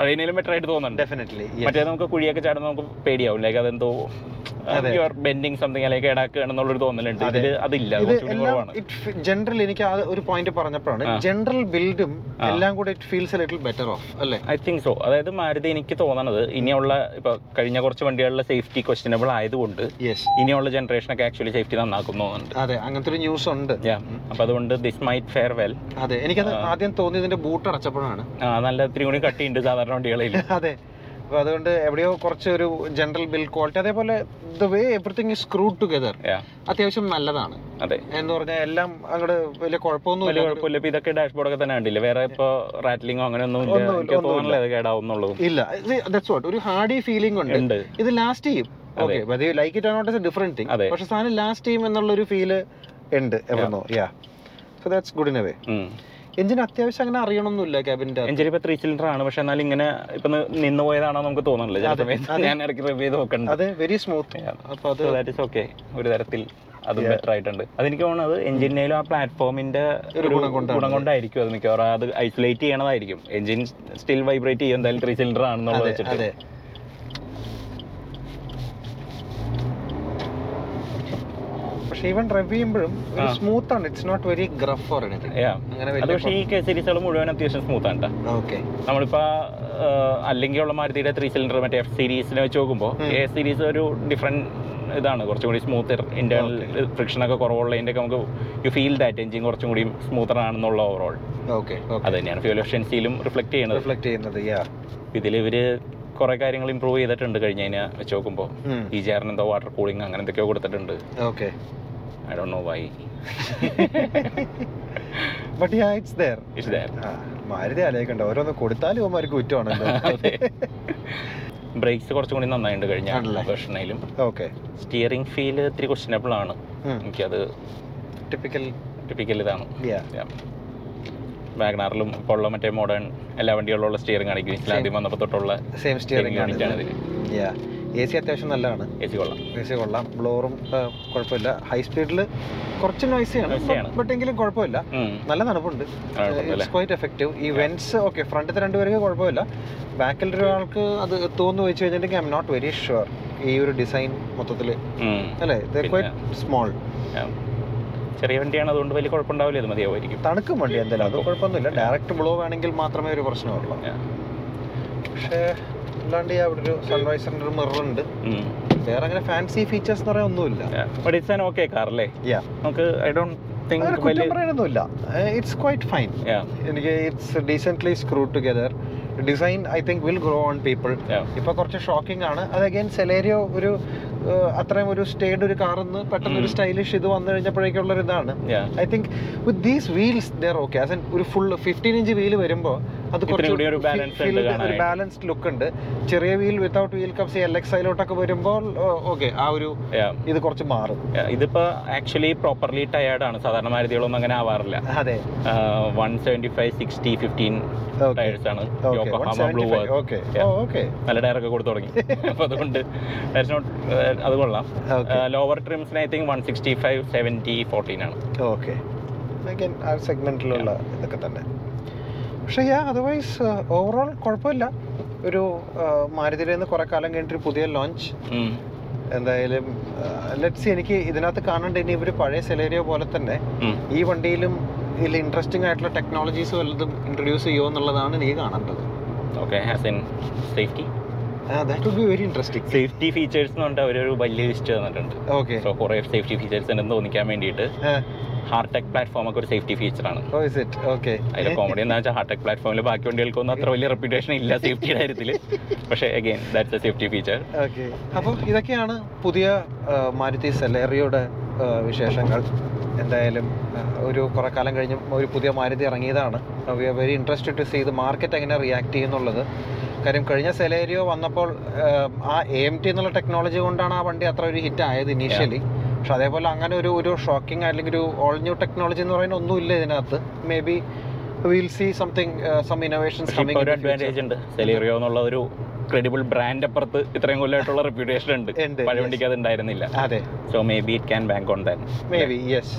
[SPEAKER 2] പഴയതിലും ബെറ്റർ ആയിട്ട് തോന്നുന്നുണ്ട്
[SPEAKER 1] ഡെഫിനറ്റ്ലി
[SPEAKER 2] മറ്റേ നമുക്ക് കുഴിയൊക്കെ ചാടുന്ന നമുക്ക് പേടിയാവും ലൈക്ക് അതെന്തോ
[SPEAKER 1] അതെ.
[SPEAKER 2] യുവർ ബെൻഡിങ് സംതിങ് അല്ലെങ്കിൽ ഇടാക്കുകയാണെന്നുള്ളൊരു തോന്നലുണ്ട്
[SPEAKER 1] അതെ.
[SPEAKER 2] ഇതില് അതില്ല അത്
[SPEAKER 1] ഇത്
[SPEAKER 2] കുറച്ചുകൂടി
[SPEAKER 1] എല്ലാം
[SPEAKER 2] കുറവാണ്
[SPEAKER 1] ജനറൽ എനിക്ക് ആ ഒരു പോയിന്റ് പറഞ്ഞപ്പോഴാണ്
[SPEAKER 2] ആ.
[SPEAKER 1] ജനറൽ ബിൽഡും
[SPEAKER 2] ആ.
[SPEAKER 1] എല്ലാം കൂടെ it feels little better off അല്ലേ
[SPEAKER 2] ഐ തിങ്ക് സോ അതായത് മാരുതി എനിക്ക് തോന്നണത് ഇനിയുള്ള ഇപ്പൊ കഴിഞ്ഞ കുറച്ച് വണ്ടികളിലെ സേഫ്റ്റി ക്വസ്റ്റ്യനബിൾ ആയതുകൊണ്ട്
[SPEAKER 1] യെസ്
[SPEAKER 2] ഇനിയുള്ള ജനറേഷനൊക്കെ ആക്ച്വലി സേഫ്റ്റി നന്നാക്കും തോന്നുന്നുണ്ട്
[SPEAKER 1] അതെ അങ്ങനത്തെ ഒരു ന്യൂസ് ഉണ്ട്
[SPEAKER 2] Yeah. അപ്പൊ അതുകൊണ്ട് ദിസ് മൈറ്റ് ഫെയർ വെൽ
[SPEAKER 1] അതെ എനിക്കത്
[SPEAKER 2] ആ.
[SPEAKER 1] ആദ്യം തോന്നിയതിന്റെ ബൂട്ട് അടച്ചപ്പോഴാണ്
[SPEAKER 2] നല്ല ഇത്തിരി കൂടി കട്ടിയുണ്ട് സാധാരണ വണ്ടികളിൽ
[SPEAKER 1] അതെ അപ്പൊ അതുകൊണ്ട് എവിടെയോ കുറച്ച് ഒരു ജനറൽ ബിൽ ക്വാളിറ്റി അതേപോലെ the way everything is screw together
[SPEAKER 2] Yeah.
[SPEAKER 1] അത്യാവശ്യം നല്ലതാണ്
[SPEAKER 2] അതെ
[SPEAKER 1] എന്ന് പറഞ്ഞാൽ എല്ലാം അങ്ങോട്ട് വലിയ
[SPEAKER 2] വലിയ
[SPEAKER 1] കുഴപ്പമൊന്നുമില്ല
[SPEAKER 2] കുഴപ്പമില്ല ഇപ്പൊ ഇതൊക്കെ ഡാഷ്ബോർഡ് ഒക്കെ തന്നെ കണ്ടില്ലേ വേറെ ഇപ്പൊ റാറ്റ്ലിംഗോ അങ്ങനെ ഒന്നും ഇല്ല
[SPEAKER 1] ഒന്നുമില്ല,
[SPEAKER 2] എനിക്ക്
[SPEAKER 1] ഒന്നുമില്ല.
[SPEAKER 2] തോന്നണില്ല ഇത് കേടാവുന്നുള്ളൂ
[SPEAKER 1] ഇല്ല ദാറ്റ്സ് വാട്ട് ഒരു ഹാർഡി ഫീലിംഗ് ഉണ്ട്
[SPEAKER 2] ഉണ്ട്
[SPEAKER 1] ഇത് ലാസ്റ്റ് ചെയ്യും
[SPEAKER 2] അതെ.
[SPEAKER 1] Okay like it not a different thing
[SPEAKER 2] അതെ.
[SPEAKER 1] പക്ഷെ സാധനം ലാസ്റ്റ് ചെയ്യും എന്നുള്ളൊരു ഫീല് ഉണ്ട് എവിടുന്നോ yeah so that's good in a way engine അത്യാവശ്യം അങ്ങനെ അറിയണമെന്നില്ല ക്യാബിൻ്റെ
[SPEAKER 2] എഞ്ചിൻ ഇപ്പൊ ത്രീ സിലിണ്ടർ ആണ് പക്ഷെ എന്നാലും ഇങ്ങനെ ഇപ്പൊ നിന്ന് പോയതാണോ നമുക്ക് തോന്നണില്ല ചില
[SPEAKER 1] അതെ,
[SPEAKER 2] സമയത്ത്
[SPEAKER 1] അതെ.
[SPEAKER 2] ഞാൻ ഇടയ്ക്ക് റിവ്യൂ ചെയ്ത് നോക്കണ്ട
[SPEAKER 1] അതെ വെരി സ്മൂത്ത്
[SPEAKER 2] Yeah.
[SPEAKER 1] അപ്പൊ അത്
[SPEAKER 2] ദാറ്റ് ഇസ് ഓക്കെ ഒരു തരത്തിൽ അത്
[SPEAKER 1] Yeah.
[SPEAKER 2] ബെറ്റർ ആയിട്ടുണ്ട് അതെനിക്ക് തോന്നുന്നത് എഞ്ചിനേലും ആ പ്ലാറ്റ്ഫോമിന്റെ
[SPEAKER 1] ഒരു ഗുണം കൊണ്ടാണ്.
[SPEAKER 2] ഗുണം കൊണ്ടായിരിക്കും അത് മിക്കവാറും അത് ഐസൊലേറ്റ് ചെയ്യണതായിരിക്കും എഞ്ചിൻ സ്റ്റിൽ വൈബ്രേറ്റ് ചെയ്യും എന്തായാലും ത്രീ സിലിണ്ടർ ആണെന്നുള്ളത്
[SPEAKER 1] അതെ
[SPEAKER 2] വെച്ചിട്ട്
[SPEAKER 1] അതെ പക്ഷെ ഈവൻ ഡ്രൈവ് ചെയ്യുമ്പോഴും
[SPEAKER 2] ആ.
[SPEAKER 1] സ്മൂത്ത് ആണ് it's not very gruff or anything
[SPEAKER 2] Yeah.
[SPEAKER 1] അങ്ങനെ
[SPEAKER 2] അത് പക്ഷേ
[SPEAKER 1] വലിയ
[SPEAKER 2] ഈ കെ സീരീസുകൾ മുഴുവൻ അത്യാവശ്യം സ്മൂത്ത് ആണ് ട്ടാ.
[SPEAKER 1] ഓക്കെ
[SPEAKER 2] നമ്മളിപ്പോ ആഹ്, അല്ലെങ്കിൽ ഉള്ള മാരുതിയുടെ ത്രീ സിലിണ്ടർ മറ്റേ എഫ് സീരീസിനെ വെച്ച് നോക്കുമ്പോൾ
[SPEAKER 1] ഉം.
[SPEAKER 2] എ സീരീസ് ഒരു ഡിഫറെന്റ് ഇതാണ് കുറച്ചും കൂടി സ്മൂത്ത് ഇന്റേണൽ ഫ്രിക്ഷൻ ഒക്കെ കുറവുള്ളതിന്റെ ഒക്കെ നമുക്ക് യു ഫീൽ ദാറ്റ് എഞ്ചിൻ കുറച്ചും കൂടി സ്മൂത്തർ ആണെന്നുള്ള ഓവറോൾ
[SPEAKER 1] ഓക്കെ
[SPEAKER 2] അത് തന്നെയാണ് ഫ്യൂൽ എഫിഷ്യൻസിയിലും റിഫ്ലക്ട് ചെയ്യുന്നത്
[SPEAKER 1] റിഫ്ലക്ട് ചെയ്യുന്നത് യാ
[SPEAKER 2] ഇതിൽ ഇവര് കുറെ കാര്യങ്ങൾ ഇമ്പ്രൂവ് ചെയ്തിട്ടുണ്ട് കഴിഞ്ഞതിനെ വെച്ച് നോക്കുമ്പോൾ ഈ ചേർന്ന് എന്തോ വാട്ടർ കൂളിംഗ് അങ്ങനെ എന്തൊക്കെയോ കൊടുത്തിട്ടുണ്ട്
[SPEAKER 1] okay
[SPEAKER 2] I do know why
[SPEAKER 1] but yeah it's there
[SPEAKER 2] is there
[SPEAKER 1] Maruti ആലോചിക്കണ്ട ഓരോന്ന് കൊടുത്താലും അവന്മാർക്ക് കുറ്റമാണല്ലോ
[SPEAKER 2] ബ്രേക്സ് കുറച്ചും കൂടി നന്നായിട്ടുണ്ട് കഴിഞ്ഞ
[SPEAKER 1] ആണല്ലേ?
[SPEAKER 2] വെർഷനിലും
[SPEAKER 1] ഓക്കെ
[SPEAKER 2] സ്റ്റിയറിംഗ് ഫീൽ ഇത്തിരി ക്വസ്റ്റനബിൾ ആണ് എനിക്കത്
[SPEAKER 1] ടിപ്പിക്കൽ
[SPEAKER 2] ടിപ്പിക്കൽ ഇതാണ്
[SPEAKER 1] യാ
[SPEAKER 2] വാഗ്നാറിലും ഇപ്പോൾ ഉള്ള മറ്റേ മോഡേൺ എല്ലാ വണ്ടികളിലുള്ള സ്റ്റിയറിംഗ് കാണിക്കും ഇതിൽ ആദ്യം വന്നപ്പോൾ തൊട്ടുള്ള
[SPEAKER 1] സെയിം സ്റ്റിയറിംഗ് ആണ്
[SPEAKER 2] സ്റ്റിയറിംഗ് കാണിക്കാണ് ഇതിൽ
[SPEAKER 1] യാ എ സി അത്യാവശ്യം നല്ലതാണ്
[SPEAKER 2] എ സി കൊള്ളാം
[SPEAKER 1] എ സി കൊള്ളാം ബ്ലോറും കുഴപ്പമില്ല ഹൈ സ്പീഡിൽ കുറച്ച്
[SPEAKER 2] Noisy ആണ്.
[SPEAKER 1] നോയ്സിയാണ് ബട്ട് എങ്കിലും കുഴപ്പമില്ല
[SPEAKER 2] ഉം.
[SPEAKER 1] നല്ല തണുപ്പുണ്ട്
[SPEAKER 2] ആ, കുഴപ്പമില്ല.
[SPEAKER 1] ഇറ്റ്സ് ക്വൈറ്റ് എഫക്റ്റീവ് ഈ വെൻസ് ഓക്കെ ഫ്രണ്ടിലത്തെ രണ്ടുപേർക്ക് കുഴപ്പമില്ല ബാക്കിൽ ഒരാൾക്ക് അത് തോന്നുന്നു വെച്ച് കഴിഞ്ഞിട്ടുണ്ടെങ്കിൽ I am not very sure ഈ ഒരു ഡിസൈൻ മൊത്തത്തിൽ
[SPEAKER 2] ഉം.
[SPEAKER 1] അല്ലേ ഇത്
[SPEAKER 2] പിന്നെ-
[SPEAKER 1] ക്വൈറ്റ് സ്മോൾ
[SPEAKER 2] ചെറിയ വണ്ടിയാണ് അതുകൊണ്ട് വലിയ കുഴപ്പമുണ്ടാവില്ല ഇത് മതിയാവുമായിരിക്കും
[SPEAKER 1] തണുക്കും വണ്ടി എന്തായാലും അത് കുഴപ്പമൊന്നുമില്ല ഡയറക്റ്റ് ബ്ലോ വേണമെങ്കിൽ മാത്രമേ ഒരു പ്രശ്നമുള്ളൂ
[SPEAKER 2] Yeah.
[SPEAKER 1] പക്ഷേ അല്ലാണ്ട് ഈ അവിടെ ഒരു സൺറൈസറിൻ്റെ ഒരു മിറർ ഉണ്ട്
[SPEAKER 2] ഉം.
[SPEAKER 1] വേറെ അങ്ങനെ ഫാൻസി ഫീച്ചേഴ്സ് എന്ന് പറയാൻ ഒന്നുമില്ല
[SPEAKER 2] Yeah. But it's an okay car അല്ലേ
[SPEAKER 1] Yeah.
[SPEAKER 2] നമുക്ക് ഐ ഡോണ്ട് തിങ്ക്
[SPEAKER 1] അങ്ങനെ
[SPEAKER 2] വലിയ
[SPEAKER 1] കുറ്റം പറയാനൊന്നുമില്ല ഇറ്റ്സ് ക്വൈറ്റ് ഫൈൻ
[SPEAKER 2] Yeah.
[SPEAKER 1] എനിക്ക് it's decently screw together design I think will grow on people
[SPEAKER 2] Yeah.
[SPEAKER 1] ഇപ്പൊ കുറച്ച് ഷോക്കിംഗ് ആണ് അത് അഗൈൻ സെലേരിയോ ഒരു ഏഹ്, അത്രയും ഒരു സ്റ്റേഡ് ഒരു കാറിന്ന് പെട്ടെന്ന് ഒരു
[SPEAKER 2] ഉം.
[SPEAKER 1] സ്റ്റൈലിഷ് ഇത് വന്നു കഴിഞ്ഞപ്പോഴേക്കുള്ള ഒരു ഇതാണ്
[SPEAKER 2] Yeah.
[SPEAKER 1] I think with these wheels there okay as an ഒരു ഫുൾ ഫിഫ്റ്റീൻ ഇഞ്ച് വീൽ വരുമ്പോൾ അത്
[SPEAKER 2] ഇത്തിരി
[SPEAKER 1] കുറച്ച്
[SPEAKER 2] കൂടി ഒരു balance ഉണ്ട്
[SPEAKER 1] ഒരു
[SPEAKER 2] കാണാനായിട്ട്.
[SPEAKER 1] ബാലൻസ്ഡ് ലുക്ക് ഉണ്ട് ചെറിയ wheel without wheel caps L X ഐലോട്ടൊക്കെ വരുമ്പോൾ ഓക്കെ ആ ഒരു
[SPEAKER 2] Yeah.
[SPEAKER 1] ഇത് കുറച്ച് മാറും
[SPEAKER 2] Yeah. ഇതിപ്പോ ആക്ച്വലി പ്രോപ്പർലി ടയേർഡ് ആണ് സാധാരണ മാരുതികളൊന്നും അങ്ങനെ ആവാറില്ല
[SPEAKER 1] അതെ
[SPEAKER 2] one seventy five sixty fifteen
[SPEAKER 1] okay
[SPEAKER 2] tyres ആണ്
[SPEAKER 1] okay
[SPEAKER 2] Yokohama blue
[SPEAKER 1] okay
[SPEAKER 2] Yeah.
[SPEAKER 1] Okay
[SPEAKER 2] നല്ല ടയറൊക്കെ കൊടുത്തു തുടങ്ങി അപ്പൊ അതുകൊണ്ട് that's not, ഏഹ്, അത് കൊള്ളാം Uh,
[SPEAKER 1] ഓക്കെ
[SPEAKER 2] ലോവർ ട്രിംസിന് I think one sixty five seventy fourteen ആണ്
[SPEAKER 1] ഓക്കെ ആ സെഗ്മെന്റിലുള്ള ഇതൊക്കെ തന്നെ പക്ഷേ യാ അതർവൈസ് ഓവറോൾ കുഴപ്പമില്ല ഒരു uh, മാരുതിയിൽ നിന്ന് കുറെ കാലം കഴിഞ്ഞിട്ട് ഒരു പുതിയ ലോഞ്ച്
[SPEAKER 2] ഉം.
[SPEAKER 1] എന്തായാലും ലെറ്റ്സ് എനിക്ക് ഇതിനകത്ത് കാണേണ്ട ഇനി ഇവർ പഴയ സെലേരിയോ പോലെ തന്നെ
[SPEAKER 2] ഉം.
[SPEAKER 1] ഈ വണ്ടിയിലും ഇതിൽ ഇൻട്രസ്റ്റിംഗ് ആയിട്ടുള്ള ടെക്നോളജീസ് വല്ലതും ഇൻട്രൊഡ്യൂസ് ചെയ്യുമോ എന്നുള്ളതാണ് എനിക്ക് കാണേണ്ടത്
[SPEAKER 2] okay has in safety
[SPEAKER 1] that would be very interesting
[SPEAKER 2] safety features എന്ന് പറഞ്ഞിട്ട് അവരൊരു വലിയ ലിസ്റ്റ് തന്നിട്ടുണ്ട്
[SPEAKER 1] ഓക്കെ
[SPEAKER 2] സോ കുറേ സേഫ്റ്റി ഫീച്ചേഴ്സ് ഉണ്ടെന്ന് തോന്നിക്കാൻ വേണ്ടിയിട്ട്
[SPEAKER 1] Uh,
[SPEAKER 2] ഹാർട്ടെക് പ്ലാറ്റ്ഫോം ഒക്കെ ഒരു സേഫ്റ്റി ഫീച്ചറാണ്
[SPEAKER 1] ഓ ഇസ് ഇറ്റ് ഓക്കെ
[SPEAKER 2] അതിലെ കോമഡി എന്താ വെച്ചാൽ ഹാർട്ടെക് പ്ലാറ്റ്ഫോമിൽ ബാക്കി വണ്ടികൾക്കൊന്നും അത്ര വലിയ റെപ്യൂട്ടേഷൻ ഇല്ല സേഫ്റ്റിയുടെ കാര്യത്തിൽ പക്ഷേ again that's a safety feature
[SPEAKER 1] okay അപ്പം ഇതൊക്കെയാണ് പുതിയ ആ, മാരുതി സെലേറിയുടെ ആ, വിശേഷങ്ങൾ എന്തായാലും ആ, ഒരു കുറെ കാലം കഴിഞ്ഞ് ഒരു പുതിയ മാരുതി ഇറങ്ങിയതാണ് we are very interested to see ഇത് മാർക്കറ്റ് എങ്ങനെ റിയാക്ട് ചെയ്യുന്നുള്ളത് കാര്യം കഴിഞ്ഞ സെലേരിയോ വന്നപ്പോൾ ആ, ആ എം ടി എന്നുള്ള ടെക്നോളജി കൊണ്ടാണ് ആ വണ്ടി അത്ര ഒരു ഹിറ്റ് ആയത് ഇനീഷ്യലി പക്ഷെ അതേപോലെ അങ്ങനെ ഒരു ഒരു ഷോക്കിംഗ് അല്ലെങ്കിൽ ഒരു ഓൾ ന്യൂ ടെക്നോളജി എന്ന് പറയുന്ന ഒന്നുമില്ല ഇതിനകത്ത് maybe will see something some innovations
[SPEAKER 2] പക്ഷേ ഇപ്പോൾ ഒരു അഡ്വാൻറ്റേജ് ഉണ്ട് സെലേറിയോ എന്നുള്ള ഒരു ക്രെഡിബിൾ ബ്രാൻഡ് അപ്പുറത്ത് ഇത്രയും കൊല്ലമായിട്ടുള്ള റെപ്യൂട്ടേഷൻ ഉണ്ട്
[SPEAKER 1] ഉണ്ട്,
[SPEAKER 2] പഴയ
[SPEAKER 1] yes.
[SPEAKER 2] വണ്ടിക്ക് അത് ഉണ്ടായിരുന്നില്ല
[SPEAKER 1] അതെ
[SPEAKER 2] so maybe it can bank on that
[SPEAKER 1] maybe yes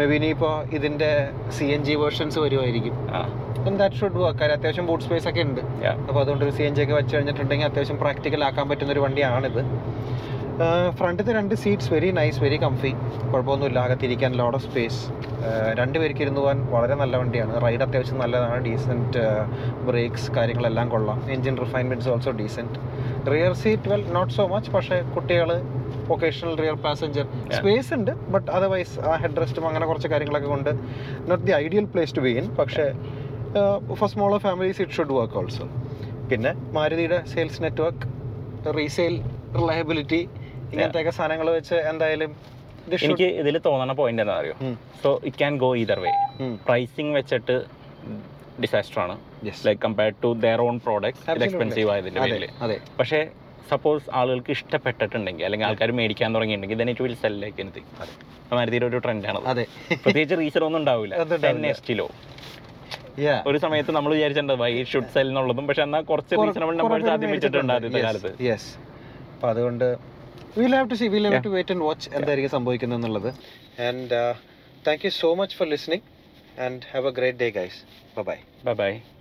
[SPEAKER 1] maybe ഇനിയിപ്പോൾ ഇതിൻ്റെ സി എൻ ജി വേർഷൻസ് വരുമായിരിക്കും
[SPEAKER 2] ആ
[SPEAKER 1] അപ്പം ദാറ്റ് ഷുഡ് വർക്ക് കാര്യം അത്യാവശ്യം ബൂട്ട് സ്പേസ് ഒക്കെ ഉണ്ട്
[SPEAKER 2] Yeah.
[SPEAKER 1] അപ്പോൾ അതുകൊണ്ട് ഒരു സി എൻ ജി ഒക്കെ വെച്ച് കഴിഞ്ഞിട്ടുണ്ടെങ്കിൽ അത്യാവശ്യം പ്രാക്ടിക്കൽ ആക്കാൻ പറ്റുന്ന ഒരു വണ്ടിയാണിത് ഫ്രണ്ടിലത്തെ രണ്ട് seats very nice very comfy കുഴപ്പമൊന്നുമില്ല അകത്തിരിക്കാൻ ലോഡ് ഓഫ് സ്പേസ് രണ്ട് പേർക്ക് ഇരുന്ന് പോകാൻ വളരെ നല്ല വണ്ടിയാണ് റൈഡ് അത്യാവശ്യം നല്ലതാണ് ഡീസൻറ്റ് ബ്രേക്സ് കാര്യങ്ങളെല്ലാം കൊള്ളാം എൻജിൻ refinements also decent rear seat well not so much പക്ഷേ കുട്ടികൾ occasional rear passenger
[SPEAKER 2] Yeah.
[SPEAKER 1] Space ഉണ്ട് ബട്ട് അതർവൈസ് ആ ഹെഡ് റെസ്റ്റും അങ്ങനെ കുറച്ച് കാര്യങ്ങളൊക്കെ കൊണ്ട് not the ideal place to be in പക്ഷേ for smaller families it should work also പിന്നെ മാരുതിയുടെ സെയിൽസ് നെറ്റ്വർക്ക് റീസെയിൽ റിലയബിലിറ്റി ഇങ്ങനത്തെയൊക്കെ സാധനങ്ങൾ വെച്ച് എന്തായാലും ഇത് should-
[SPEAKER 2] എനിക്ക് ഇതിൽ തോന്നണ പോയിന്റ് എന്താ അറിയോ
[SPEAKER 1] ഉം,
[SPEAKER 2] so it can go either way
[SPEAKER 1] ഉം,
[SPEAKER 2] പ്രൈസിങ് വെച്ചിട്ട് ഡിസാസ്റ്റർ ആണ്
[SPEAKER 1] yes.
[SPEAKER 2] Like compare to their own products ഇത്
[SPEAKER 1] Absolutely.
[SPEAKER 2] എക്സ്പെൻസീവ് ആയതിന്റെ
[SPEAKER 1] അതെ
[SPEAKER 2] പേരിൽ
[SPEAKER 1] അതെ
[SPEAKER 2] പക്ഷേ സപ്പോസ് ആളുകൾക്ക് ഇഷ്ടപ്പെട്ടിട്ടുണ്ടെങ്കിൽ അല്ലെങ്കിൽ ആൾക്കാർ മേടിക്കാൻ തുടങ്ങിയിട്ടുണ്ടെങ്കിൽ then it will sell like anything
[SPEAKER 1] അതെ.
[SPEAKER 2] മാരുതിയുടെ ഒരു ട്രെൻഡാണ്
[SPEAKER 1] അതെ
[SPEAKER 2] പ്രത്യേകിച്ച് റീസൺ ഒന്നും ഉണ്ടാവില്ല
[SPEAKER 1] അതുണ്ടാവില്ല.
[SPEAKER 2] Ten എസ്റ്റിലോ
[SPEAKER 1] Yeah.
[SPEAKER 2] ഒരു സമയത്ത് നമ്മൾ വിചാരിച്ചിട്ടുണ്ട് വൈ ഷുഡ് സെൽ എന്നുള്ളതും പക്ഷെ എന്നാൽ കുറച്ച്
[SPEAKER 1] കുറ-
[SPEAKER 2] റീസണബിൾ
[SPEAKER 1] കുറേ
[SPEAKER 2] നമ്മൾ
[SPEAKER 1] പേര്
[SPEAKER 2] ആദ്യം വെച്ചിട്ടുണ്ട് ആദ്യത്തെ
[SPEAKER 1] yes,
[SPEAKER 2] കാലത്ത്
[SPEAKER 1] yes. അപ്പൊ അതുകൊണ്ട് will have to see will have
[SPEAKER 2] Yeah.
[SPEAKER 1] To wait and watch എന്തായിരിക്കും സംഭവിക്കുന്നത് എന്നുള്ളത് uh, and thank you so much for listening and have a great day guys bye
[SPEAKER 2] bye by